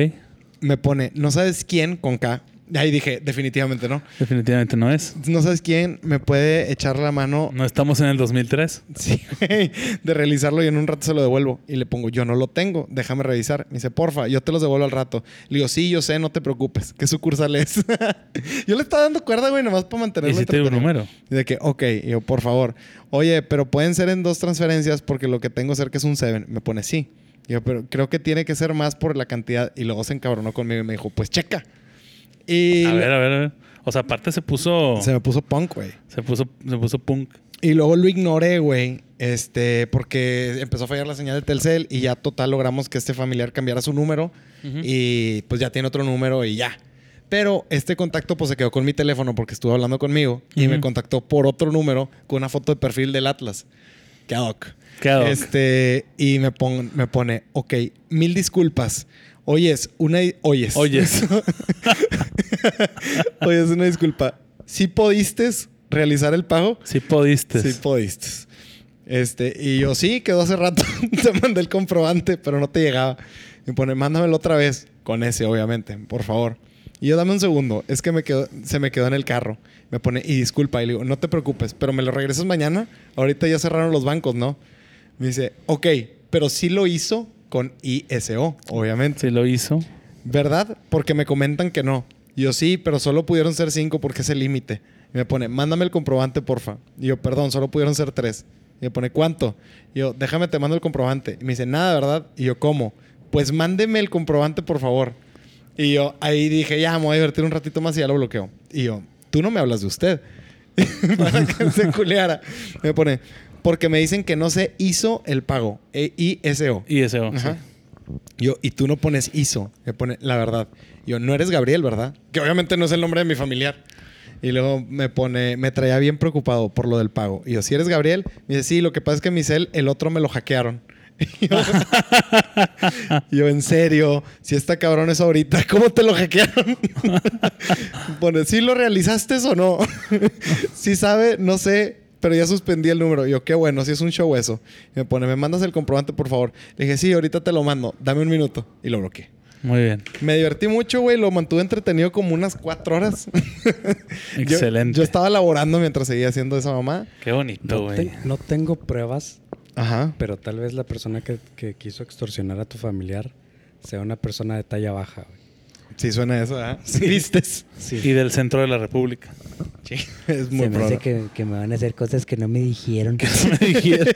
D: me pone, no sabes quién con K. Ahí dije, definitivamente no.
C: Definitivamente no es.
D: No sabes quién me puede echar la mano
C: No estamos en el 2003.
D: Sí, güey. De realizarlo y en un rato se lo devuelvo. Y le pongo, yo no lo tengo, déjame revisar. Me dice, porfa, yo te los devuelvo al rato. Le digo, sí, yo sé, no te preocupes. ¿Qué sucursal es? yo le estaba dando cuerda, güey, nomás para mantenerlo
C: Y si te digo un
D: entretenido.
C: número.
D: Y de que, ok, y yo, por favor. Oye, pero pueden ser en dos transferencias porque lo que tengo cerca es un 7. Me pone, sí. Y yo, pero creo que tiene que ser más por la cantidad. Y luego se encabronó conmigo y me dijo, pues checa. Y
C: A ver, a ver, a ver. O sea, aparte se puso.
D: se me puso punk, güey.
C: Se puso, se puso punk.
D: Y luego lo ignoré, güey. Este, porque empezó a fallar la señal de Telcel y ya total logramos que este familiar cambiara su número y pues ya tiene otro número y ya. Pero este contacto pues se quedó con mi teléfono porque estuvo hablando conmigo y me
C: Ujú.
D: contactó por otro número con una foto de perfil del Atlas. Qué ad hoc.
C: Qué ad hoc.
D: Este, y me, pon- me pone, ok, mil disculpas. Oyes, una... di- Oyes.
C: Oyes.
D: Oyes, una disculpa. ¿Sí pudiste realizar el pago?
C: Sí podiste.
D: Sí, podiste. Este, y yo sí, quedó hace rato. te mandé el comprobante, pero no te llegaba. Y me pone, mándamelo otra vez. Con ese, obviamente, por favor. Y yo, dame un segundo. Es que me quedó, se me quedó en el carro. Me pone, y disculpa. Y le digo, no te preocupes, pero me lo regresas mañana. Ahorita ya cerraron los bancos, ¿no? Me dice, ok, pero sí lo hizo con ISO, obviamente.
C: Sí lo hizo.
D: ¿Verdad? Porque me comentan que no. Yo sí, pero solo pudieron ser cinco porque es el límite. Y me pone, mándame el comprobante, porfa. Y yo, perdón, solo pudieron ser tres. Y me pone, ¿cuánto? Y yo, déjame, te mando el comprobante. Y me dice, nada, ¿verdad? Y yo, ¿cómo? Pues mándeme el comprobante, por favor. Y yo ahí dije, ya, me voy a divertir un ratito más y ya lo bloqueo. Y yo, tú no me hablas de usted. Para que se culeara. Me pone, porque me dicen que no se hizo el pago. E ISO.
C: Y ese.
D: Ajá. Yo, y tú no pones ISO, me pone la verdad. Yo, no eres Gabriel, ¿verdad? Que obviamente no es el nombre de mi familiar. Y luego me pone, me traía bien preocupado por lo del pago. Y yo, ¿si eres Gabriel? Me dice, sí, lo que pasa es que mi cel, el otro me lo hackearon. Y yo, y yo, en serio, si está cabrón eso ahorita, ¿cómo te lo hackearon? pone, ¿sí lo realizaste o no? sí sabe, no sé, pero ya suspendí el número. Y yo, qué bueno, si es un show eso. Y me pone, ¿me mandas el comprobante, por favor? Le dije, sí, ahorita te lo mando, dame un minuto. Y lo bloqueé.
C: Muy bien.
D: Me divertí mucho, güey. Lo mantuve entretenido como unas cuatro horas. Yo-
C: Excelente.
D: Yo, estaba laborando mientras seguía haciendo esa mamá.
C: Qué bonito,
E: No,
C: güey.
E: te- no tengo pruebas,
D: Ajá.
E: pero tal vez la persona que, que quiso extorsionar a tu familiar sea una persona de talla baja. güey.
D: Sí suena eso, ¿verdad? Sí. Vistes.
C: Y del centro de la República.
D: Es muy probable.
F: que, que me van a hacer cosas que no me dijeron.
C: Me dijeron.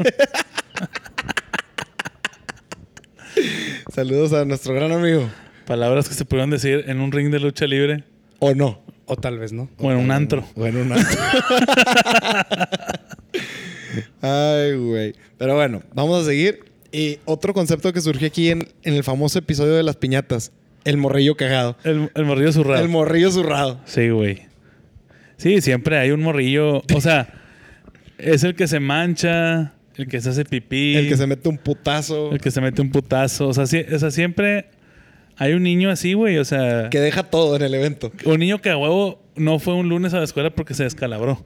D: Saludos a nuestro gran amigo.
C: Palabras que se pudieron decir en un ring de lucha libre
D: ¿O no?
E: O tal vez no.
C: o en un antro.
D: Bueno, no. Ay, güey. Pero bueno, vamos a seguir. Y otro concepto que surgió aquí en, en el famoso episodio de las piñatas. El morrillo cagado.
C: El, el morrillo zurrado.
D: El morrillo zurrado.
C: sí, güey. Sí, siempre hay un morrillo. O sea, es el que se mancha, el que se hace pipí,
D: El que se mete un putazo.
C: el que se mete un putazo. O sea, sí- o sea, siempre hay un niño así, güey. O sea,
D: que deja todo en el evento.
C: un niño que a huevo no fue un lunes a la escuela porque se descalabró.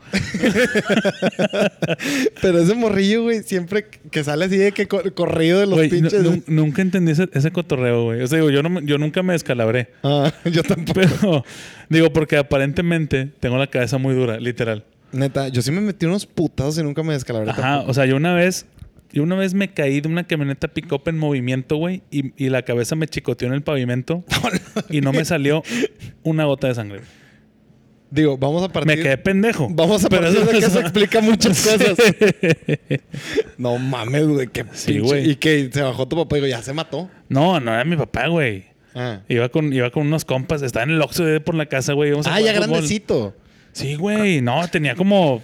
D: Pero ese morrillo, güey, siempre que sale así de que cor- corrido de los
C: Güey, nu-
D: pinches.
C: nu- nunca entendí ese, ese cotorreo, güey. O sea, digo, yo, no, me- yo nunca me descalabré.
D: Ah, yo tampoco.
C: Pero digo, porque aparentemente tengo la cabeza muy dura, literal.
D: Neta, yo sí me metí unos putazos y nunca me descalabré.
C: Ajá,
D: tampoco.
C: o sea, yo una vez, yo una vez me caí de una camioneta pick-up en movimiento, güey, y, y la cabeza me chicoteó en el pavimento y no me salió una gota de sangre.
D: Digo, vamos a partir.
C: Me quedé pendejo.
D: Vamos a
C: Pero
D: partir
C: eso-
D: de que
C: eso-
D: eso explica muchas cosas.
C: Sí.
D: No mames, güey, qué
C: Sí,
D: pinche-
C: güey.
D: Y que se bajó tu papá y digo, ya se mató.
C: No, no era mi papá, güey.
D: Ah,
C: Iba con, iba con unos compas, estaba en el Oxxo de por la casa, güey. íbamos a
D: Ah,
C: jugar
D: ya
C: fútbol.
D: grandecito.
C: Sí, güey. No, tenía como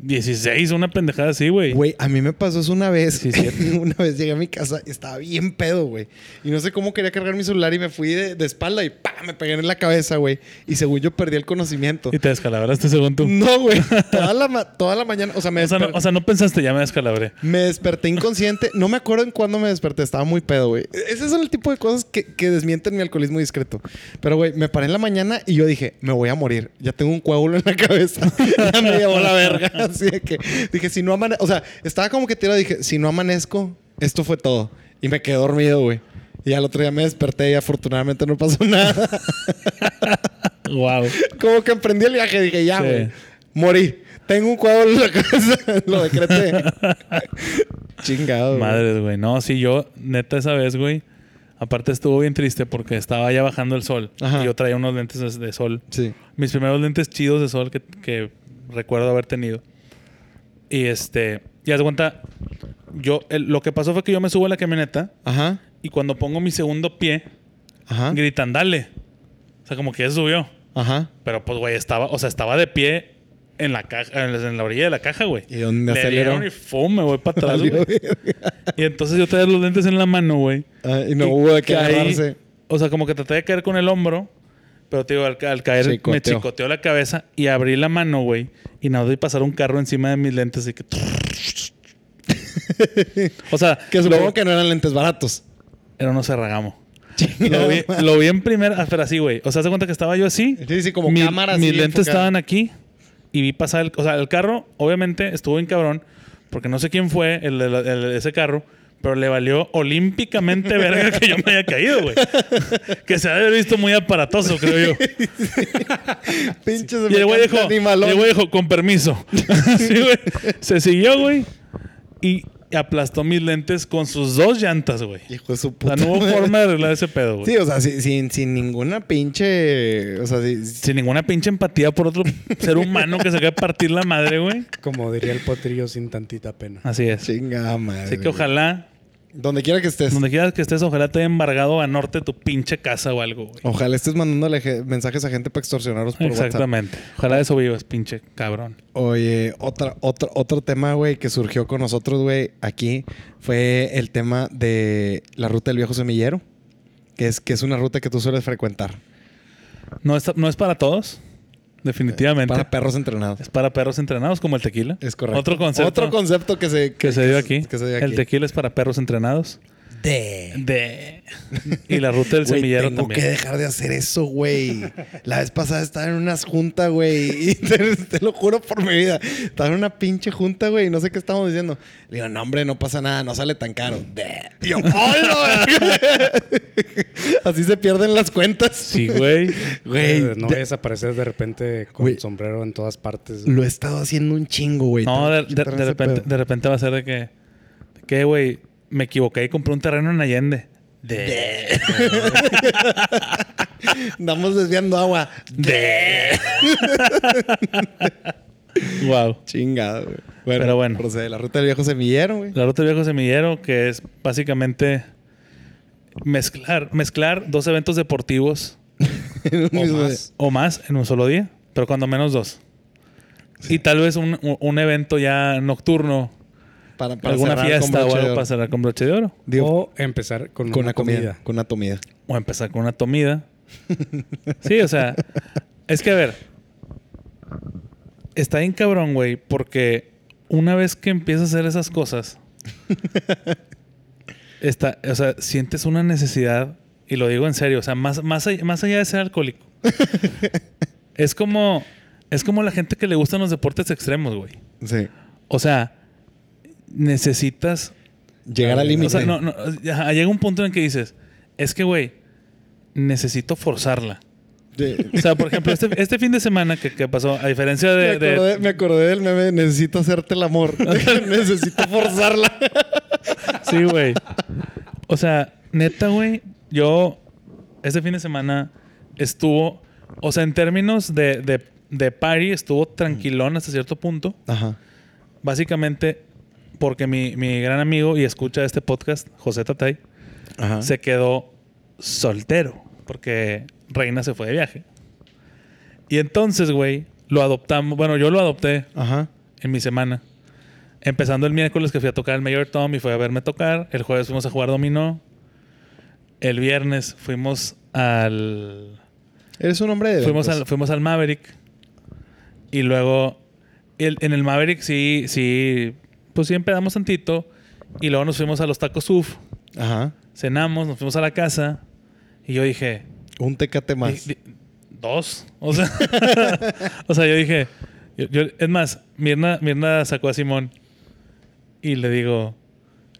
C: 16, una pendejada así, güey.
D: Güey, a mí me pasó eso una vez.
C: Sí, cierto.
D: una vez llegué a mi casa, estaba bien pedo, güey. Y no sé cómo quería cargar mi celular y me fui de, de espalda y ¡pam! me pegué en la cabeza, güey. Y según yo perdí el conocimiento.
C: Y te descalabraste según tú.
D: No, güey. Toda la, ma- toda la mañana, o sea, me
C: o, sea, no,
D: desper-
C: o sea, no pensaste, ya me descalabré.
D: me desperté inconsciente. No me acuerdo en cuándo me desperté. Estaba muy pedo, güey. Ese son el tipo de cosas que, que desmienten mi alcoholismo discreto. Pero, güey, me paré en la mañana y yo dije, me voy a morir. Ya tengo un coágulo en la cabeza. ya me llevó la verga. Así de que dije, si no amanezco... O sea, estaba como que tirado. Dije, si no amanezco, esto fue todo. Y me quedé dormido, güey. Y al otro día me desperté y afortunadamente no pasó nada.
C: Wow.
D: como que emprendí el viaje. Dije, ya,
C: Sí.
D: güey. Morí. Tengo un coágulo en la cabeza. Lo decreté. Chingado. güey.
C: Madres, güey. No, sí, yo, neta, esa vez, güey. Aparte estuvo bien triste porque estaba ya bajando el sol.
D: Ajá.
C: Y yo traía unos lentes de- de sol.
D: Sí.
C: Mis primeros lentes chidos de sol que, que recuerdo haber tenido. Y este, ya se cuenta, yo, el- lo que pasó fue que yo me subo a la camioneta
D: Ajá.
C: y cuando pongo mi segundo pie,
D: Ajá.
C: gritan, dale. O sea, como que ya subió.
D: Ajá.
C: Pero pues, güey, estaba, o sea, estaba de pie en la caja, en la, en la orilla de la caja, güey.
D: ¿Y dónde
C: Le
D: aceleró?
C: dieron y fum, me voy para atrás, güey.
D: Valió verga.
C: Y entonces yo traía los lentes en la mano, güey.
D: Ah, y no hubo de qué
C: caí.
D: agarrarse.
C: O sea, como que traté de caer con el hombro, pero te digo, al, ca- al caer me
D: Chicoteo.
C: chicoteó la cabeza y abrí la mano, güey. Y nada, de pasar un carro encima de mis lentes y que. o sea,
D: Que supongo
C: lo-
D: que no eran lentes baratos.
C: era un cerragamo. Lo vi, lo vi en primera, ah, pero así, güey. O sea, se cuenta que estaba yo así.
D: Sí, sí, como
C: mi-
D: cámara así
C: Mis lentes
D: enfocada.
C: estaban aquí y vi pasar el. O sea, el carro, obviamente, estuvo bien cabrón, porque no sé quién fue el, de la- el de ese carro, pero le valió olímpicamente verga que yo me haya caído, güey. que se ha de haber visto muy aparatoso, creo yo.
D: Pinches
C: Y el güey dijo,
D: animalón.
C: y el güey dijo, con permiso. Sí, güey. Se siguió, güey. Y aplastó mis lentes con sus dos llantas, güey.
D: Hijo de su
C: O sea,
D: puta.
C: no hubo
D: madre.
C: forma de arreglar ese pedo, güey.
D: Sí, o sea, sí- sin, sin ninguna pinche. O sea, sí- sí-
C: Sin ninguna pinche empatía por otro ser humano que se acaba de partir la madre, güey.
E: Como diría el potrillo, sin tantita pena.
C: Así es.
D: chingada madre.
C: Así que
D: güey.
C: ojalá,
D: Donde quiera que estés.
C: donde quieras que estés, ojalá te haya embargado a norte tu pinche casa o algo, güey.
D: Ojalá estés mandándole je- mensajes a gente para extorsionarlos por WhatsApp.
C: Exactamente. Ojalá eso vivas, pinche cabrón.
D: Oye, otra, otro, otro tema, güey, que surgió con nosotros, güey, aquí fue el tema de la ruta del viejo semillero, que es, que es una ruta que tú sueles frecuentar
C: No es, no es para todos, definitivamente.
D: para perros entrenados.
C: es para perros entrenados como el tequila.
D: Es correcto.
C: Otro concepto
D: Otro concepto que se,
C: que se dio aquí.
D: que se dio
C: El tequila es para perros entrenados.
B: De.
C: De... Y la ruta del
D: Güey,
C: semillero
D: tengo
C: también.
D: que dejar de hacer eso, güey. La vez pasada estaba en unas juntas, güey. Y te, te lo juro por mi vida. Estaba en una pinche junta, güey. y No sé qué estábamos diciendo. Le digo, no, hombre, no pasa nada. No sale tan caro. De. Y yo, "Hola, güey". Así se pierden las cuentas.
C: Sí, güey.
D: Güey,
E: Eh, no
D: de-
E: vayas a aparecer de repente con
D: Güey.
E: sombrero en todas partes.
D: lo he estado haciendo un chingo, güey.
C: No, de,
D: Tengo
C: de-
D: que quitar
C: de
D: ese
C: repente,
D: pedo.
C: de repente va a ser de que, de que, güey, me equivoqué y compré un terreno en Allende. De,
D: Andamos desviando agua.
C: de. wow.
D: Chingado, güey. Bueno,
C: Pero bueno.
D: procede la ruta del viejo semillero, güey.
C: La ruta del viejo semillero, que es básicamente mezclar, mezclar dos eventos deportivos
D: O
E: más.
C: o más en un solo día, pero cuando menos dos. Y tal vez un, un- un evento ya nocturno,
D: Para, para
C: alguna
D: cerrar con
C: fiesta o
D: broche de
C: algo
D: oro.
C: para cerrar con broche de oro.
D: Digo,
E: o empezar con,
D: con
E: una
D: una comida, Con una comida.
C: O empezar con una tomida. Sí, o sea, es que a ver, está bien cabrón, güey, porque una vez que empiezas a hacer esas cosas, está, o sea, sientes una necesidad, y lo digo en serio, o sea, más, más, allá, más allá de ser alcohólico, es como, es como la gente que le gustan los deportes extremos, güey.
D: Sí.
C: O sea, necesitas
D: Llegar al límite.
C: Ah, o sea, no, no, ajá, llega un punto en el que dices, es que, güey, necesito forzarla.
D: De-
C: O sea, por ejemplo, este, este fin de semana que, que pasó, a diferencia
D: me,
C: de... de-
D: acordé, me acordé del meme. Necesito hacerte el amor. necesito forzarla.
C: sí, güey. O sea, neta, güey, yo este fin de semana estuvo, o sea, en términos de, de, de party, estuvo tranquilón hasta cierto punto.
D: Ajá.
C: Básicamente porque mi, mi gran amigo y escucha este podcast, José Tatay,
D: Ajá.
C: se quedó soltero porque Reina se fue de viaje. Y entonces, güey, lo adoptamos. Bueno, yo lo adopté
D: Ajá.
C: en mi semana. Empezando el miércoles que fui a tocar el Mayor Tom y fue a verme tocar. El jueves fuimos a jugar dominó. El viernes fuimos al
D: Eres un hombre de
C: fuimos al,
D: eventos.
C: fuimos al Maverick. Y luego el- en el Maverick sí, sí, pues sí empezamos tantito. Y luego nos fuimos a los tacos surf,
D: Ajá.
C: cenamos, nos fuimos a la casa. Y yo dije,
D: Un tecate más.
C: di- di- dos. O sea, o sea, yo dije, yo- yo- es más, Mirna, Mirna sacó a Simón y le digo,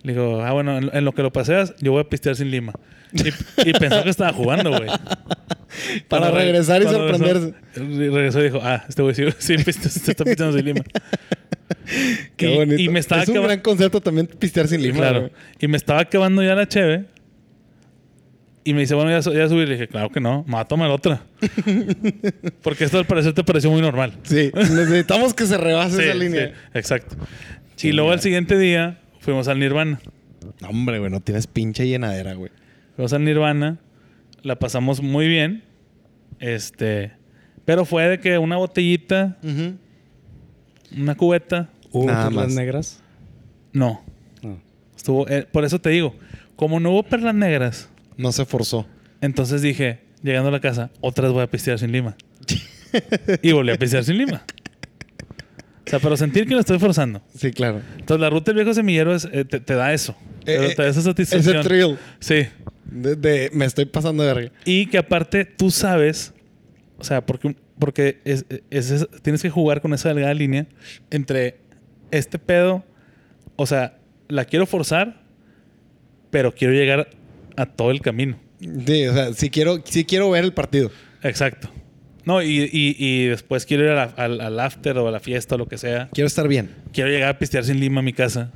C: le digo, ah, bueno, en, lo- en lo que lo paseas, yo voy a pistear sin lima. Y, y pensó que estaba jugando, güey.
D: Para
C: Cuando re-
D: regresar y
C: cuando
D: sorprenderse.
C: Regresó, re- regresó y dijo, ah, este güey sí, sí piste- se está pisteando sin lima.
D: Qué
C: y,
D: bonito.
C: y me estaba
D: es un
C: acaba-
D: gran concepto también pistear sin lima.
C: Claro.
D: güey.
C: Y me estaba acabando ya la cheve. Y me dice, bueno, ya, su- ya subí. Le dije, claro que no, me va a tomar otra. Porque esto al parecer te pareció muy normal.
D: Sí, necesitamos que se rebase
C: Sí,
D: esa
C: sí,
D: línea.
C: exacto. Y luego al siguiente día fuimos al Nirvana.
D: No, hombre, güey, no tienes pinche llenadera, güey.
C: Fuimos al Nirvana, la pasamos muy bien. Este, pero fue de que una botellita, una cubeta,
E: ¿Hubo
D: Nada
E: perlas
D: más.
E: Uh, negras?
C: no.
E: No.
C: Estuvo, eh, por eso te digo, como no hubo perlas negras,
D: No se forzó.
C: entonces dije, llegando a la casa, otras voy a pistear sin lima. y volví a pistear sin lima. O sea, pero sentir que lo estoy forzando.
D: Sí, claro.
C: Entonces, la ruta del viejo semillero es, eh, te, te da eso.
D: Eh,
C: te, te da esa
D: Ese
C: satisfacción.
D: thrill
C: Sí.
D: de, de me estoy pasando de verga.
C: Y que aparte tú sabes, o sea, porque, porque es- es- es- tienes que jugar con esa delgada línea entre este pedo, o sea, la quiero forzar, pero quiero llegar a todo el camino.
D: Sí, o sea, si quiero, si quiero ver el partido.
C: Exacto. No, y, y- y después quiero ir a la- al, al after o a la fiesta o lo que sea.
D: Quiero estar bien.
C: Quiero llegar a pistear sin lima a mi casa.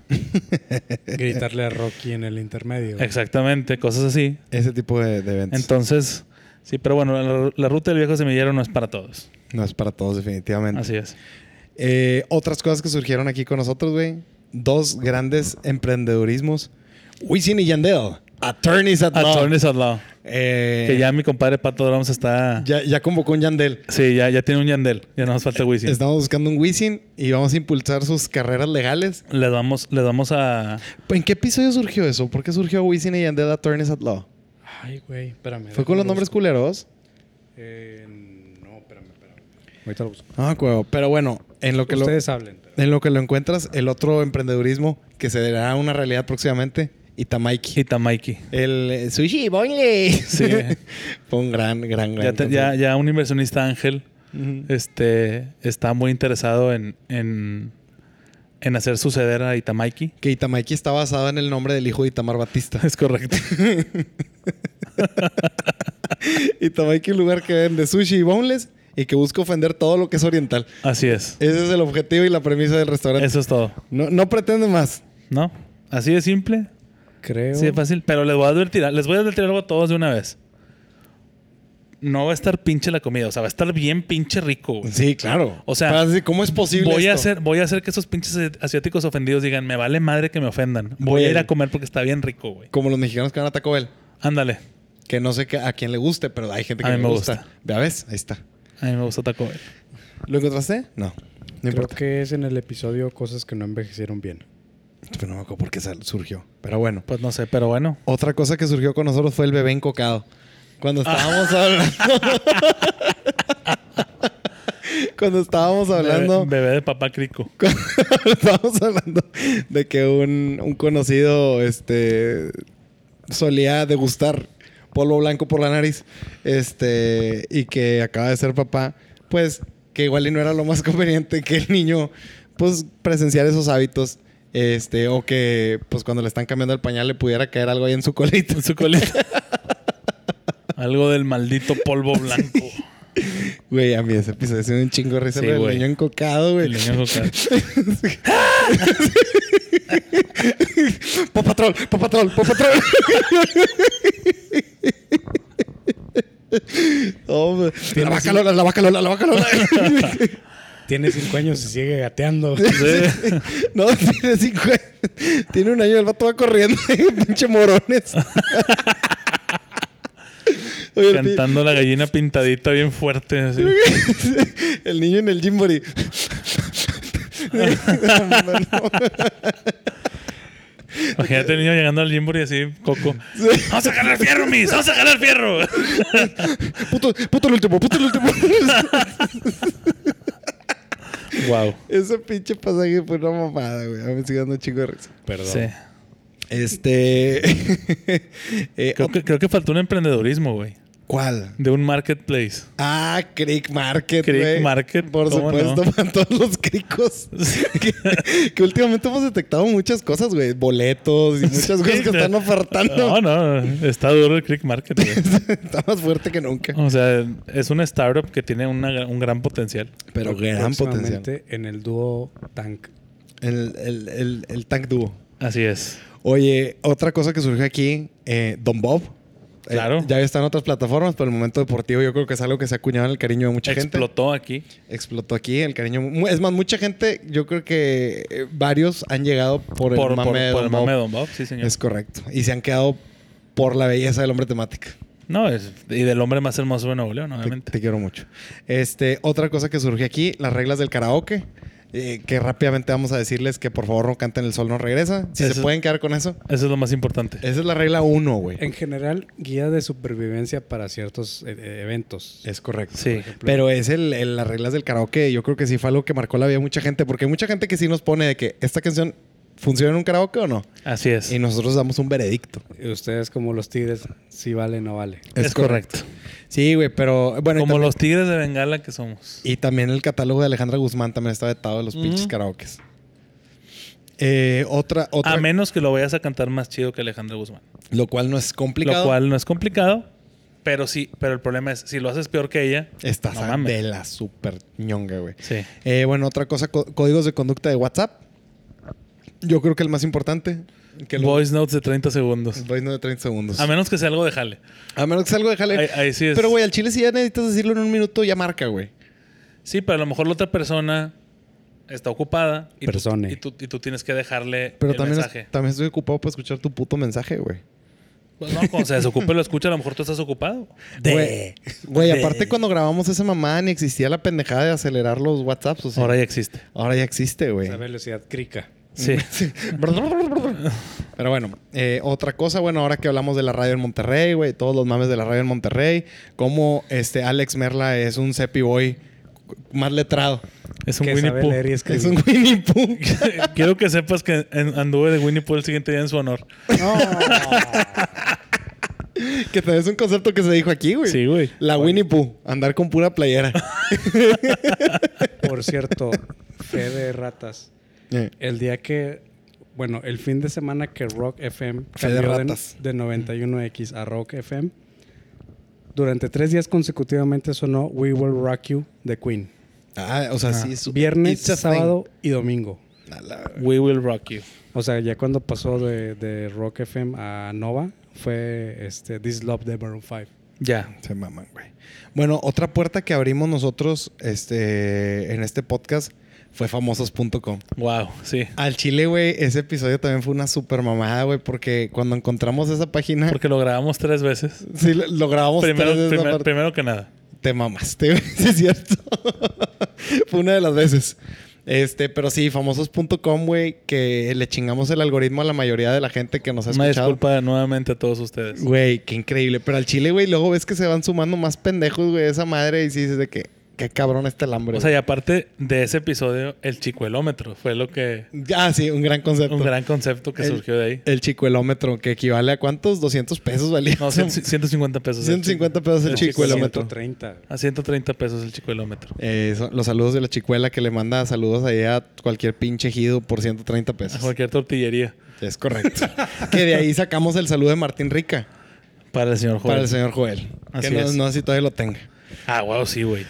E: Gritarle a Rocky en el intermedio.
C: Exactamente, cosas así.
D: Ese tipo de, de eventos.
C: Entonces, sí, pero bueno, la, la ruta del viejo semillero no es para todos.
D: no es para todos, definitivamente.
C: Así es.
D: Eh, otras cosas que surgieron aquí con nosotros, güey. Dos grandes emprendedurismos. Wisin y Yandel. Attorneys at Law.
C: Attorneys at Law.
D: Eh,
C: Que ya mi compadre Pato Drums está.
D: ya, Eh, ya convocó un Yandel.
C: Sí, ya, ya tiene un Yandel. Ya nos falta Wisin.
D: Estamos buscando un Wisin y vamos a impulsar sus carreras legales.
C: Les vamos, les vamos a.
D: ¿En qué episodio surgió eso? ¿Por qué surgió Wisin y Yandel Attorneys at Law?
E: Ay, güey, espérame.
D: ¿Fue con los nombres culeros?
E: Eh, no, espérame, espérame. Ahorita lo busco.
D: No, me acuerdo. Pero bueno, en lo que lo...
E: Ustedes hablen. pero-
D: En lo que lo encuentras, el otro emprendedurismo que se dará una realidad próximamente, Itamaiki.
C: Itamaiki.
D: El eh, sushi, boile.
C: Sí.
D: Fue un gran, gran, gran.
C: Ya, te- ya, ya un inversionista ángel
D: Ujú.
C: este, está muy interesado en, en, en hacer suceder a Itamaiki.
D: Que Itamaiki está basado en el nombre del hijo de Itamar Batista.
C: Es correcto.
D: Itamaiki, un lugar que vende sushi y boneless y que busca ofender todo lo que es oriental.
C: Así es.
D: Ese es el objetivo y la premisa del restaurante.
C: Eso es todo.
D: No, no pretende más.
C: ¿No? Así de simple.
E: Creo.
C: Así de fácil. Pero les voy a advertir, les voy a advertir algo a todos de una vez. No va a estar pinche la comida. O sea, va a estar bien pinche rico, güey.
D: Sí, claro.
C: O sea,
D: Para decir, ¿cómo es posible?
C: Voy a,
D: esto?
C: hacer, voy a hacer que esos pinches eh, asiáticos ofendidos digan, me vale madre que me ofendan. Voy
D: Güey.
C: a ir a comer porque está bien rico, güey.
D: Como los mexicanos que van a Taco Bell.
C: Ándale.
D: Que no sé qué- a quién le guste, pero hay gente que
C: A mí
D: le
C: me
D: gusta.
C: gusta.
D: Vea, ves, ahí está.
C: A mí me gusta Taco Bell.
D: ¿Lo encontraste? No. No
E: Creo
D: importa.
E: que es en el episodio Cosas que no envejecieron bien.
D: Pero no me acuerdo por qué sal- surgió. Pero bueno.
C: Pues no sé, pero bueno.
D: Otra cosa que surgió con nosotros fue el bebé encocado. Cuando estábamos hablando. Cuando estábamos hablando.
C: Bebé, bebé de papá crico.
D: Cuando estábamos hablando de que un, un conocido este, solía degustar polvo blanco por la nariz este, y que acaba de ser papá, pues que igual y no era lo más conveniente que el niño pues presenciar esos hábitos este, o que pues cuando le están cambiando el pañal le pudiera caer algo ahí en su colita.
C: En su colita. Algo del maldito polvo blanco.
D: Güey, a mí ese episodio se me dio un chingo de risa
C: Sí,
D: lo del
C: güey.
D: niño encocado, güey.
C: El niño coca.
D: Paw Patrol, Paw Patrol, Paw Patrol. Hombre, la vaca Lola, la vaca Lola, la vaca Lola.
E: Tiene cinco años y sigue gateando.
C: Sí.
D: no, tiene cinco años. Tiene un año, el vato va corriendo. pinche morones. Oye, el, pi-
C: Cantando la gallina pintadita bien fuerte. así.
D: el niño en el gymboree.
C: Imagínate el niño llegando al Jimbori así, coco. ¡Vamos a jalar fierro, mis! ¡Vamos a jalar fierro!
D: puto, puto el último, puto el último.
C: wow.
D: Ese pinche pasaje fue una mamada, güey. A mí me sigue dando un chingo de risa.
E: Perdón.
C: Sí.
D: Este. eh,
C: Creo que, creo que faltó un emprendedurismo, güey.
D: ¿Cuál?
C: De un marketplace.
D: Ah, Creek Market,
C: Creek
D: güey.
C: Market,
D: Por
C: ¿cómo
D: supuesto,
C: no?
D: para todos los cricos. que, que últimamente hemos detectado muchas cosas, güey. Boletos y muchas cosas que están ofertando.
C: No, no. Está duro el Click Market, güey.
D: Está más fuerte que nunca.
C: O sea, es una startup que tiene una- un gran potencial.
D: Pero gran potencial.
E: Próximamente en el dúo Tank.
D: El, el, el, el Tank Dúo.
C: Así es.
D: Oye, otra cosa que surge aquí, eh, Don Bob. Eh,
C: Claro.
D: ya está en otras plataformas, pero el momento deportivo yo creo que es algo que se ha acuñado en el cariño de mucha gente.
C: Explotó aquí.
D: Explotó aquí el cariño. Mu- Es más, mucha gente, yo creo que eh, varios han llegado por,
C: Por,
D: el mame
C: por- por
D: de
C: el
D: Don
C: mame
D: Bob.
C: de Don Bob, sí, señor.
D: Es correcto. Y se han quedado por la belleza del hombre temática.
C: No, es, y del hombre más hermoso de Nuevo León,
D: Te,
C: obviamente.
D: te quiero mucho. Este, otra cosa que surge aquí, las reglas del karaoke. eh, que rápidamente vamos a decirles que por favor no canten El Sol no regresa. Si se
C: Eso-
D: pueden quedar con eso.
C: Eso es lo más importante.
D: Esa es la regla uno, güey.
E: En general, guía de supervivencia para ciertos eh, eh, eventos.
D: Es correcto.
C: Sí.
D: Pero es el, el- las reglas del karaoke. Yo creo que sí fue algo que marcó la vida de mucha gente. Porque hay mucha gente que sí nos pone de que esta canción funciona en un karaoke o no.
C: Así es.
D: Y nosotros damos un veredicto.
E: Y Ustedes como los tigres, si vale no vale.
C: Es correcto.
D: Sí, güey, pero bueno. y
C: Como
D: también-
C: los tigres de Bengala que somos.
D: Y también el catálogo de Alejandra Guzmán también está vetado de los pinches karaokes. Eh, otra, otra.
C: A menos que lo vayas a cantar más chido que Alejandro Guzmán.
D: Lo cual no es complicado.
C: Lo cual no es complicado. Pero sí, pero el problema es, si lo haces peor que ella,
D: Estás
C: no
D: a-
C: mames.
D: de la super ñonga, güey.
C: Sí.
D: Eh, bueno, otra cosa, co- códigos de conducta de WhatsApp. Yo creo que el más importante. pues, Que lo-
C: Voice notes de 30 segundos.
D: Voice no de 30 segundos.
C: A menos que sea algo de jale.
D: A menos que sea algo de jale.
C: Ahí- ahí sí es.
D: Pero, güey, al chile si ya necesitas decirlo en un minuto, ya marca, güey.
C: Sí, pero a lo mejor la otra persona está ocupada y, tú,
E: Persone.
C: y, tú, y tú tienes que dejarle
D: Pero
C: el
D: también, es-
C: mensaje.
D: también estoy ocupado para escuchar tu puto mensaje, güey.
C: Pues no, cuando se desocupe lo escucha, a lo mejor tú estás ocupado.
F: De.
D: Güey,
F: de-
D: aparte cuando grabamos esa mamá ni existía la pendejada de acelerar los WhatsApps. O sea,
C: Ahora ya existe.
D: ahora ya existe, güey.
E: Esa velocidad crica.
C: Sí.
D: Pero bueno, eh, otra cosa, bueno, ahora que hablamos de la radio en Monterrey, güey, todos los mames de la radio en Monterrey, como este Alex Merla es un cepi boy más letrado.
C: Es un
E: que
C: Winnie
E: sabe
C: Pooh.
E: leer y escribir.
D: Es un Winnie Pooh.
C: Quiero que sepas que en- anduve de Winnie Pooh el siguiente día en su honor.
D: Que también es un concepto que se dijo aquí, güey.
C: Sí, güey.
D: La Winnie Pooh, andar con pura playera.
E: Por cierto, fe de ratas.
D: Eh,
E: El día que, bueno, el fin de semana que Rock FM
D: Fe de
E: cambió de,
D: ratas.
E: de 91X a Rock FM, durante tres días consecutivamente sonó We Will Rock You de Queen.
D: ah, o sea, sí. es-
E: Viernes,
D: it's a thing.
E: sábado y domingo.
D: A la-
C: We will rock you.
E: O sea, ya cuando pasó de, de Rock FM a Nova, fue este, This Love de Maroon 5.
C: Ya.
D: Se maman, güey. Bueno, otra puerta que abrimos nosotros este, en este podcast fue famosos.com.
C: Wow, sí.
D: Al chile, güey, ese episodio también fue una super mamada, güey, porque cuando encontramos esa página,
C: Porque lo grabamos tres veces.
D: sí, lo- lo grabamos
C: Primero,
D: tres veces
C: primer-
D: aparte.
C: primero que nada.
D: Te mamaste, güey, sí es cierto. fue una de las veces. Este, pero sí, famosos.com, güey, que le chingamos el algoritmo a la mayoría de la gente que nos ha
C: Una
D: escuchado.
C: disculpa nuevamente a todos ustedes.
D: Güey, qué increíble. Pero al chile, güey, luego ves que se van sumando más pendejos, güey, esa madre. Y sí dices de que, qué cabrón está el hambre.
C: O sea, y aparte de ese episodio, el chicuelómetro fue lo que.
D: güey. Ah, sí, un gran concepto.
C: Un gran concepto que
D: El-
C: surgió de ahí.
D: El chicuelómetro, que equivale a cuántos? 200 pesos valía.
C: No, cien- 150 pesos. el
D: 150 pesos el
C: el
D: chicuelómetro.
E: 130.
C: chicu- A 130 pesos el chicuelómetro.
D: Eh, son los saludos de la chicuela que le manda saludos ahí a cualquier pinche ejido por 130
C: A
D: pesos.
C: cualquier tortillería.
D: Es correcto. que de ahí sacamos el saludo de Martín Rica
C: Para el señor Joel.
D: para el señor Joel.
C: Así
D: que no,
C: es.
D: no sé si todavía lo tenga. Ah,
C: Ah, wow, sí, güey.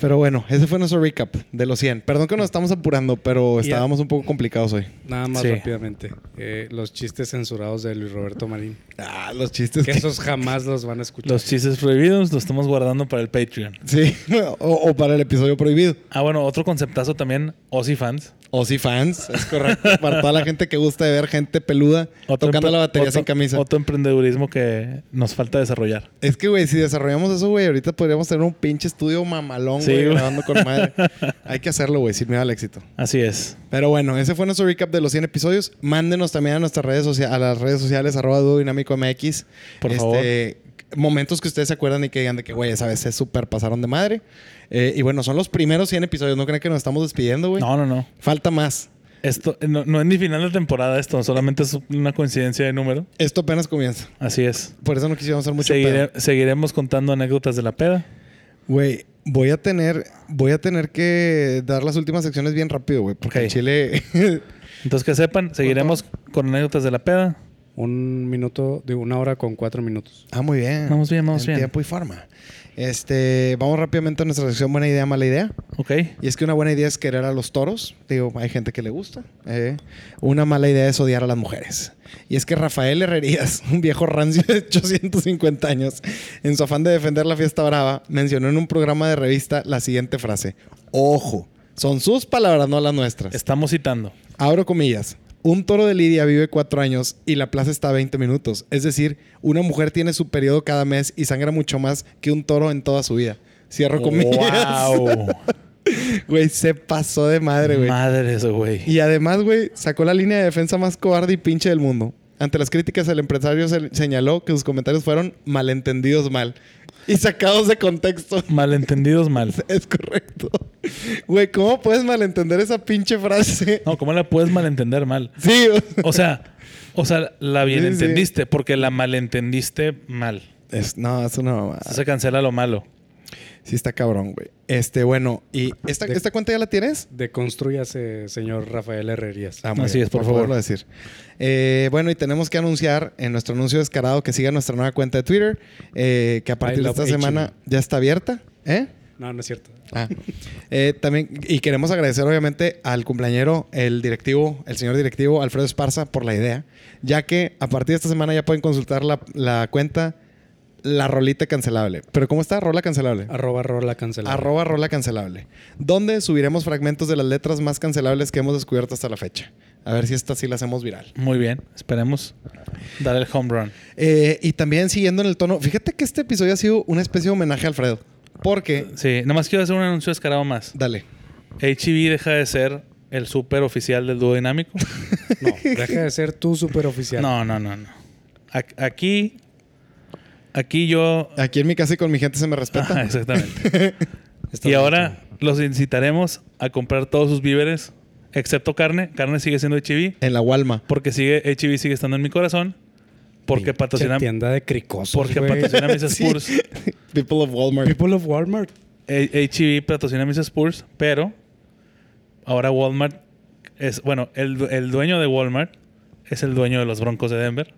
D: Pero bueno, ese fue nuestro recap de los 100. Perdón que nos estamos apurando, pero
E: Ya.
D: estábamos un poco complicados hoy.
E: Nada más
C: Sí.
E: rápidamente. eh, los chistes censurados de Luis Roberto Marín.
D: Ah, los chistes.
E: Que
D: que-
E: esos jamás los van a escuchar.
C: Los chistes prohibidos los estamos guardando para el Patreon.
D: Sí, o, o para el episodio prohibido.
C: Ah, bueno, otro conceptazo también, Ozzy fans.
D: O si fans, es correcto. para toda la gente que gusta de ver gente peluda
C: Otro
D: tocando
C: empre-
D: la batería
C: otro-
D: sin camisa.
C: Otro emprendedurismo que nos falta desarrollar.
D: Es que, güey, si desarrollamos eso, güey, ahorita podríamos tener un pinche estudio mamalón,
C: Sí,
D: güey,
C: güey.
D: grabando con madre. Hay que hacerlo, güey, sin miedo al éxito.
C: Así es.
D: Pero bueno, ese fue nuestro recap de los 100 episodios. Mándenos también a nuestras redes sociales, a las redes sociales, arroba Dúo dinámico MX.
C: Por
D: Momentos que ustedes se acuerdan y que digan de que, güey, esa vez se super pasaron de madre. Eh, y bueno, son los primeros 100 episodios. No crean que nos estamos despidiendo, güey.
C: No, no, no.
D: Falta más.
C: Esto no, no es ni final de temporada esto, solamente es una coincidencia de número.
D: Esto apenas comienza.
C: Así es.
D: Por eso no quisimos hacer mucho
C: Seguire-
D: pedo.
C: seguiremos contando anécdotas de la peda.
D: Güey, voy a tener, voy a tener que dar las últimas secciones bien rápido, güey. Porque
C: Ok.
D: en Chile.
C: Entonces que sepan, seguiremos con anécdotas de la peda.
E: Un minuto, de una hora con cuatro minutos.
D: ah, muy bien.
C: Vamos bien, vamos
D: En
C: bien.
D: Tiempo y forma. Este, vamos rápidamente a nuestra sección buena idea, mala idea.
C: Ok.
D: Y es que una buena idea es querer a los toros. Digo, hay gente que le gusta. eh. Una mala idea es odiar a las mujeres. Y es que Rafael Herrerías, un viejo rancio de 850 años, en su afán de defender la fiesta brava, mencionó en un programa de revista la siguiente frase. Ojo, son sus palabras, no las nuestras.
C: Estamos citando.
D: Abro comillas. Un toro de Lidia vive cuatro años y la plaza está a 20 minutos. Es decir, una mujer tiene su periodo cada mes y sangra mucho más que un toro en toda su vida. Cierro comillas.
C: Wow.
D: Güey, se pasó de madre, güey.
C: Madres, güey.
D: Y además, güey, sacó la línea de defensa más cobarde y pinche del mundo. Ante las críticas, el empresario se- señaló que sus comentarios fueron malentendidos mal y sacados de contexto.
C: Malentendidos mal.
D: Es correcto. Güey, ¿cómo puedes malentender esa pinche frase?
C: No, ¿cómo la puedes malentender mal?
D: Sí,
C: O
D: o sea,
C: sea, o sea, la bien
D: Sí, sí.
C: entendiste, porque la malentendiste mal.
D: es, no, es una mamada.
C: Se cancela lo malo.
D: Sí está cabrón, güey. Este, bueno, ¿y esta, esta cuenta ya la tienes?
E: Deconstruyase, señor Rafael Herrerías.
D: Ah, muy
C: Así
D: bien,
C: es, por
D: para
C: favor.
D: poderlo decir. Eh, bueno, y tenemos que anunciar en nuestro anuncio descarado que siga nuestra nueva cuenta de Twitter, eh, que a partir de
E: love
D: esta semana ya está abierta. ¿Eh?
E: No, no es cierto.
D: Ah. Eh, también, y queremos agradecer obviamente al cumpleañero, el directivo, el señor directivo Alfredo Esparza por la idea, ya que a partir de esta semana ya pueden consultar la, la cuenta La Rolita Cancelable. ¿Pero cómo está? Rola Cancelable.
E: Arroba rola cancelada.
D: Arroba rola cancelable. Donde subiremos fragmentos de las letras más cancelables que hemos descubierto hasta la fecha. A ver si esta sí la hacemos viral.
C: Muy bien, esperemos dar el home run.
D: Eh, y también siguiendo en el tono, fíjate que este episodio ha sido una especie de homenaje a Alfredo. Porque,
C: Sí, nada más quiero hacer un anuncio descarado más.
D: dale,
C: HEB deja de ser el súper oficial del dúo dinámico.
E: No, deja de ser tú superoficial.
C: No, no, no, no. Ac- Aquí, aquí yo...
D: aquí en mi casa y con mi gente se me
C: Ajá,
D: respeta.
C: exactamente.
E: Estás
C: Y ahora los incitaremos a comprar todos sus víveres, excepto carne. Carne sigue siendo E HEB,
D: en la Walma.
C: porque sigue HEB sigue estando en mi corazón, porque
E: Pinche
C: patrocina,
E: tienda de cricosos.
C: porque
E: güey.
C: patrocina mis Spurs. Eh,
D: People of Walmart.
E: People of Walmart.
C: H- HEB patrocina mis Spurs, pero ahora Walmart es, bueno, el, du- el dueño de Walmart es el dueño de los Broncos de Denver,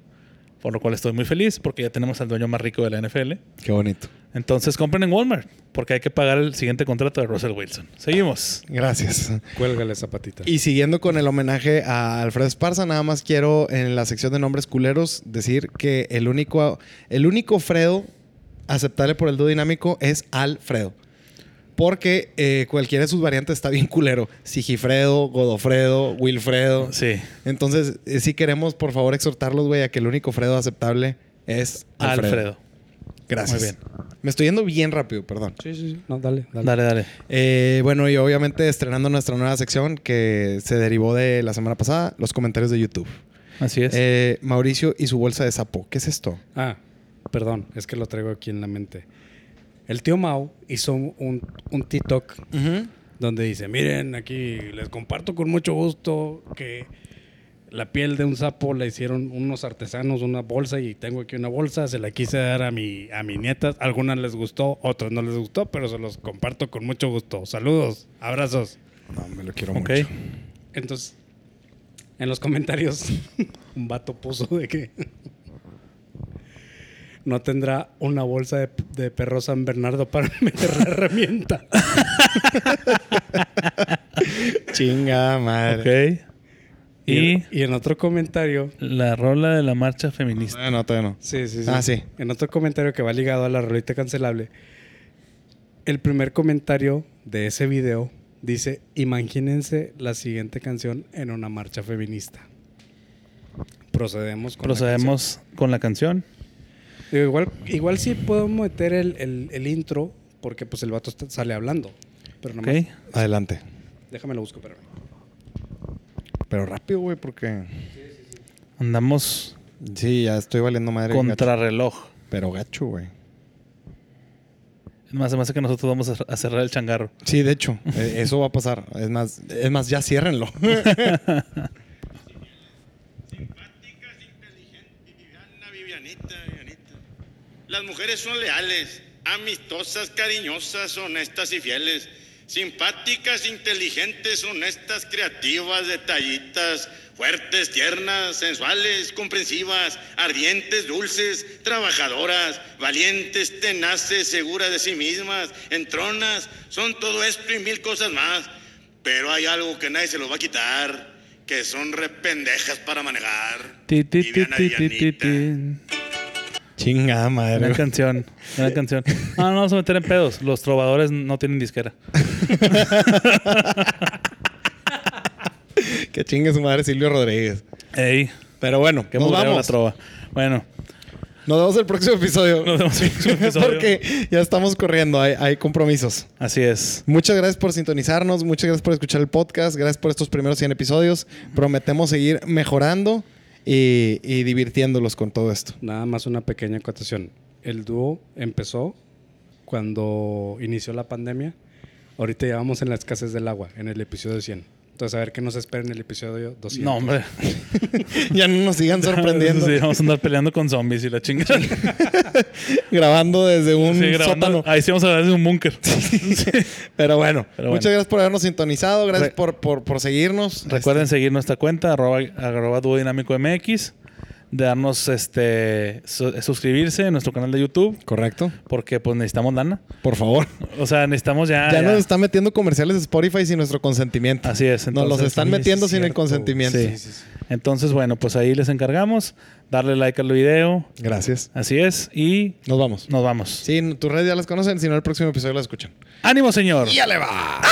C: por lo cual estoy muy feliz porque ya tenemos al dueño más rico de la NFL.
D: Qué bonito.
C: Entonces compren en Walmart porque hay que pagar el siguiente contrato de Russell Wilson. Seguimos.
D: Gracias.
E: Cuélgale zapatita.
D: Y siguiendo con el homenaje a Alfredo Esparza, nada más quiero en la sección de nombres culeros decir que el único, el único Fredo aceptable por el dúo dinámico es Alfredo. Porque eh, cualquiera de sus variantes está bien culero. Sigifredo, Godofredo, Wilfredo.
C: Sí.
D: Entonces, eh, sí queremos, por favor, exhortarlos, güey, a que el único Fredo aceptable es Alfredo.
C: Alfredo. Muy
D: Gracias.
C: bien.
D: Me estoy yendo bien rápido, perdón.
E: Sí, sí, sí. No, dale, dale.
C: Dale, dale.
D: Eh, bueno, y obviamente estrenando nuestra nueva sección que se derivó de la semana pasada, los comentarios de YouTube.
C: Así es.
D: Eh, Mauricio y su bolsa de sapo. ¿Qué es esto?
E: Ah, perdón, es que lo traigo aquí en la mente. El tío Mao hizo un, un TikTok donde dice, miren, aquí les comparto con mucho gusto que la piel de un sapo la hicieron unos artesanos, una bolsa, y tengo aquí una bolsa, se la quise dar a mi, a mis nietas, algunas les gustó, otras no les gustó, pero se los comparto con mucho gusto. Saludos, abrazos.
D: No, me lo quiero
C: ok.
E: Entonces, en los comentarios, un vato puso de que no tendrá una bolsa de, de perro San Bernardo para meter la herramienta.
D: Chinga madre.
C: Ok. Y
E: y en otro comentario,
C: la rola de la marcha feminista.
D: Eh, no, todavía no.
E: Sí, sí, sí.
D: Ah, sí.
E: En otro comentario que va ligado a la rolita cancelable, el primer comentario de ese video dice: Imagínense la siguiente canción en una marcha feminista. Procedemos con la
C: Procedemos con la canción.
E: canción. Digo, igual, igual sí puedo meter el, el- el intro, porque pues el vato está- sale hablando. Pero
C: ¿Ok?
E: nomás,
D: Adelante.
E: déjame lo busco, espérame.
D: Pero rápido, güey, porque.
C: Andamos
D: Sí, ya estoy valiendo madre. gacho.
C: contrarreloj.
D: Pero gacho, güey.
C: Es más, se me hace que nosotros vamos a- a cerrar el changarro.
D: Sí, de hecho, eh, eso va a pasar. Es más, es más, ya ciérrenlo.
G: simpáticas, inteligentes, Viviana, Vivianita, Vivianita. Las mujeres son leales, amistosas, cariñosas, honestas y fieles. Simpáticas, inteligentes, honestas, creativas, detallitas, fuertes, tiernas, sensuales, comprensivas, ardientes, dulces, trabajadoras, valientes, tenaces, seguras de sí mismas, entronas, son todo esto y mil cosas más. Pero hay algo que nadie se lo va a quitar, que son rependejas para manejar.
C: Ti, ti, ti,
G: Viviana,
C: ti, ti, ti,
G: Villanita.
C: ti.
D: Chingada madre.
C: Gran
D: güey.
C: canción, gran canción. Ah, no vamos a meter en pedos. Los trovadores no tienen disquera.
D: Que chingue su madre Silvio Rodríguez.
C: Ey,
D: Pero bueno,
C: qué
D: nos
C: mugreo la
D: vamos.
C: trova. Bueno,
D: Nos vemos el próximo episodio.
C: Nos vemos el próximo episodio.
D: Porque ya estamos corriendo, hay, hay compromisos.
C: así es.
D: Muchas gracias por sintonizarnos, muchas gracias por escuchar el podcast, gracias por estos primeros 100 episodios. Prometemos seguir mejorando y, y divirtiéndolos con todo esto.
E: Nada más una pequeña acotación. El dúo empezó cuando inició la pandemia. Ahorita ya vamos en la escasez del agua, en el episodio 100. Entonces, a ver qué nos espera en el episodio 200.
C: No, hombre.
D: ya no nos sigan sorprendiendo
C: Sí, vamos a andar peleando con zombies y la chingada. Sí,
D: grabando desde un
C: grabando.
D: sótano.
C: Ahí sí vamos a hablar de un búnker.
D: Pero bueno,
C: Pero bueno.
D: muchas gracias por habernos sintonizado, gracias
C: Re-
D: por, por, por seguirnos.
C: Recuerden seguir nuestra cuenta, arroba, arroba Dúo Dinámico MX. De darnos, este, su- suscribirse a nuestro canal de YouTube.
D: Este, correcto,
C: Porque pues necesitamos lana.
D: por favor.
C: O sea, necesitamos ya...
D: ya
C: Ah, ya.
D: nos están metiendo comerciales de Spotify sin nuestro consentimiento.
C: Así es,
D: nos los
C: entonces-
D: están
E: Oye, sí
D: metiendo
E: es
D: sin el
E: cierto, güey.
D: consentimiento.
C: Sí. Entonces, bueno, pues ahí les encargamos. Darle like al video.
D: Gracias.
C: Así es. Y
D: Nos vamos.
C: nos vamos.
D: Sí, tus redes ya las conocen, si no el próximo episodio las escuchan.
C: Ánimo, señor.
D: ¡Ya le va!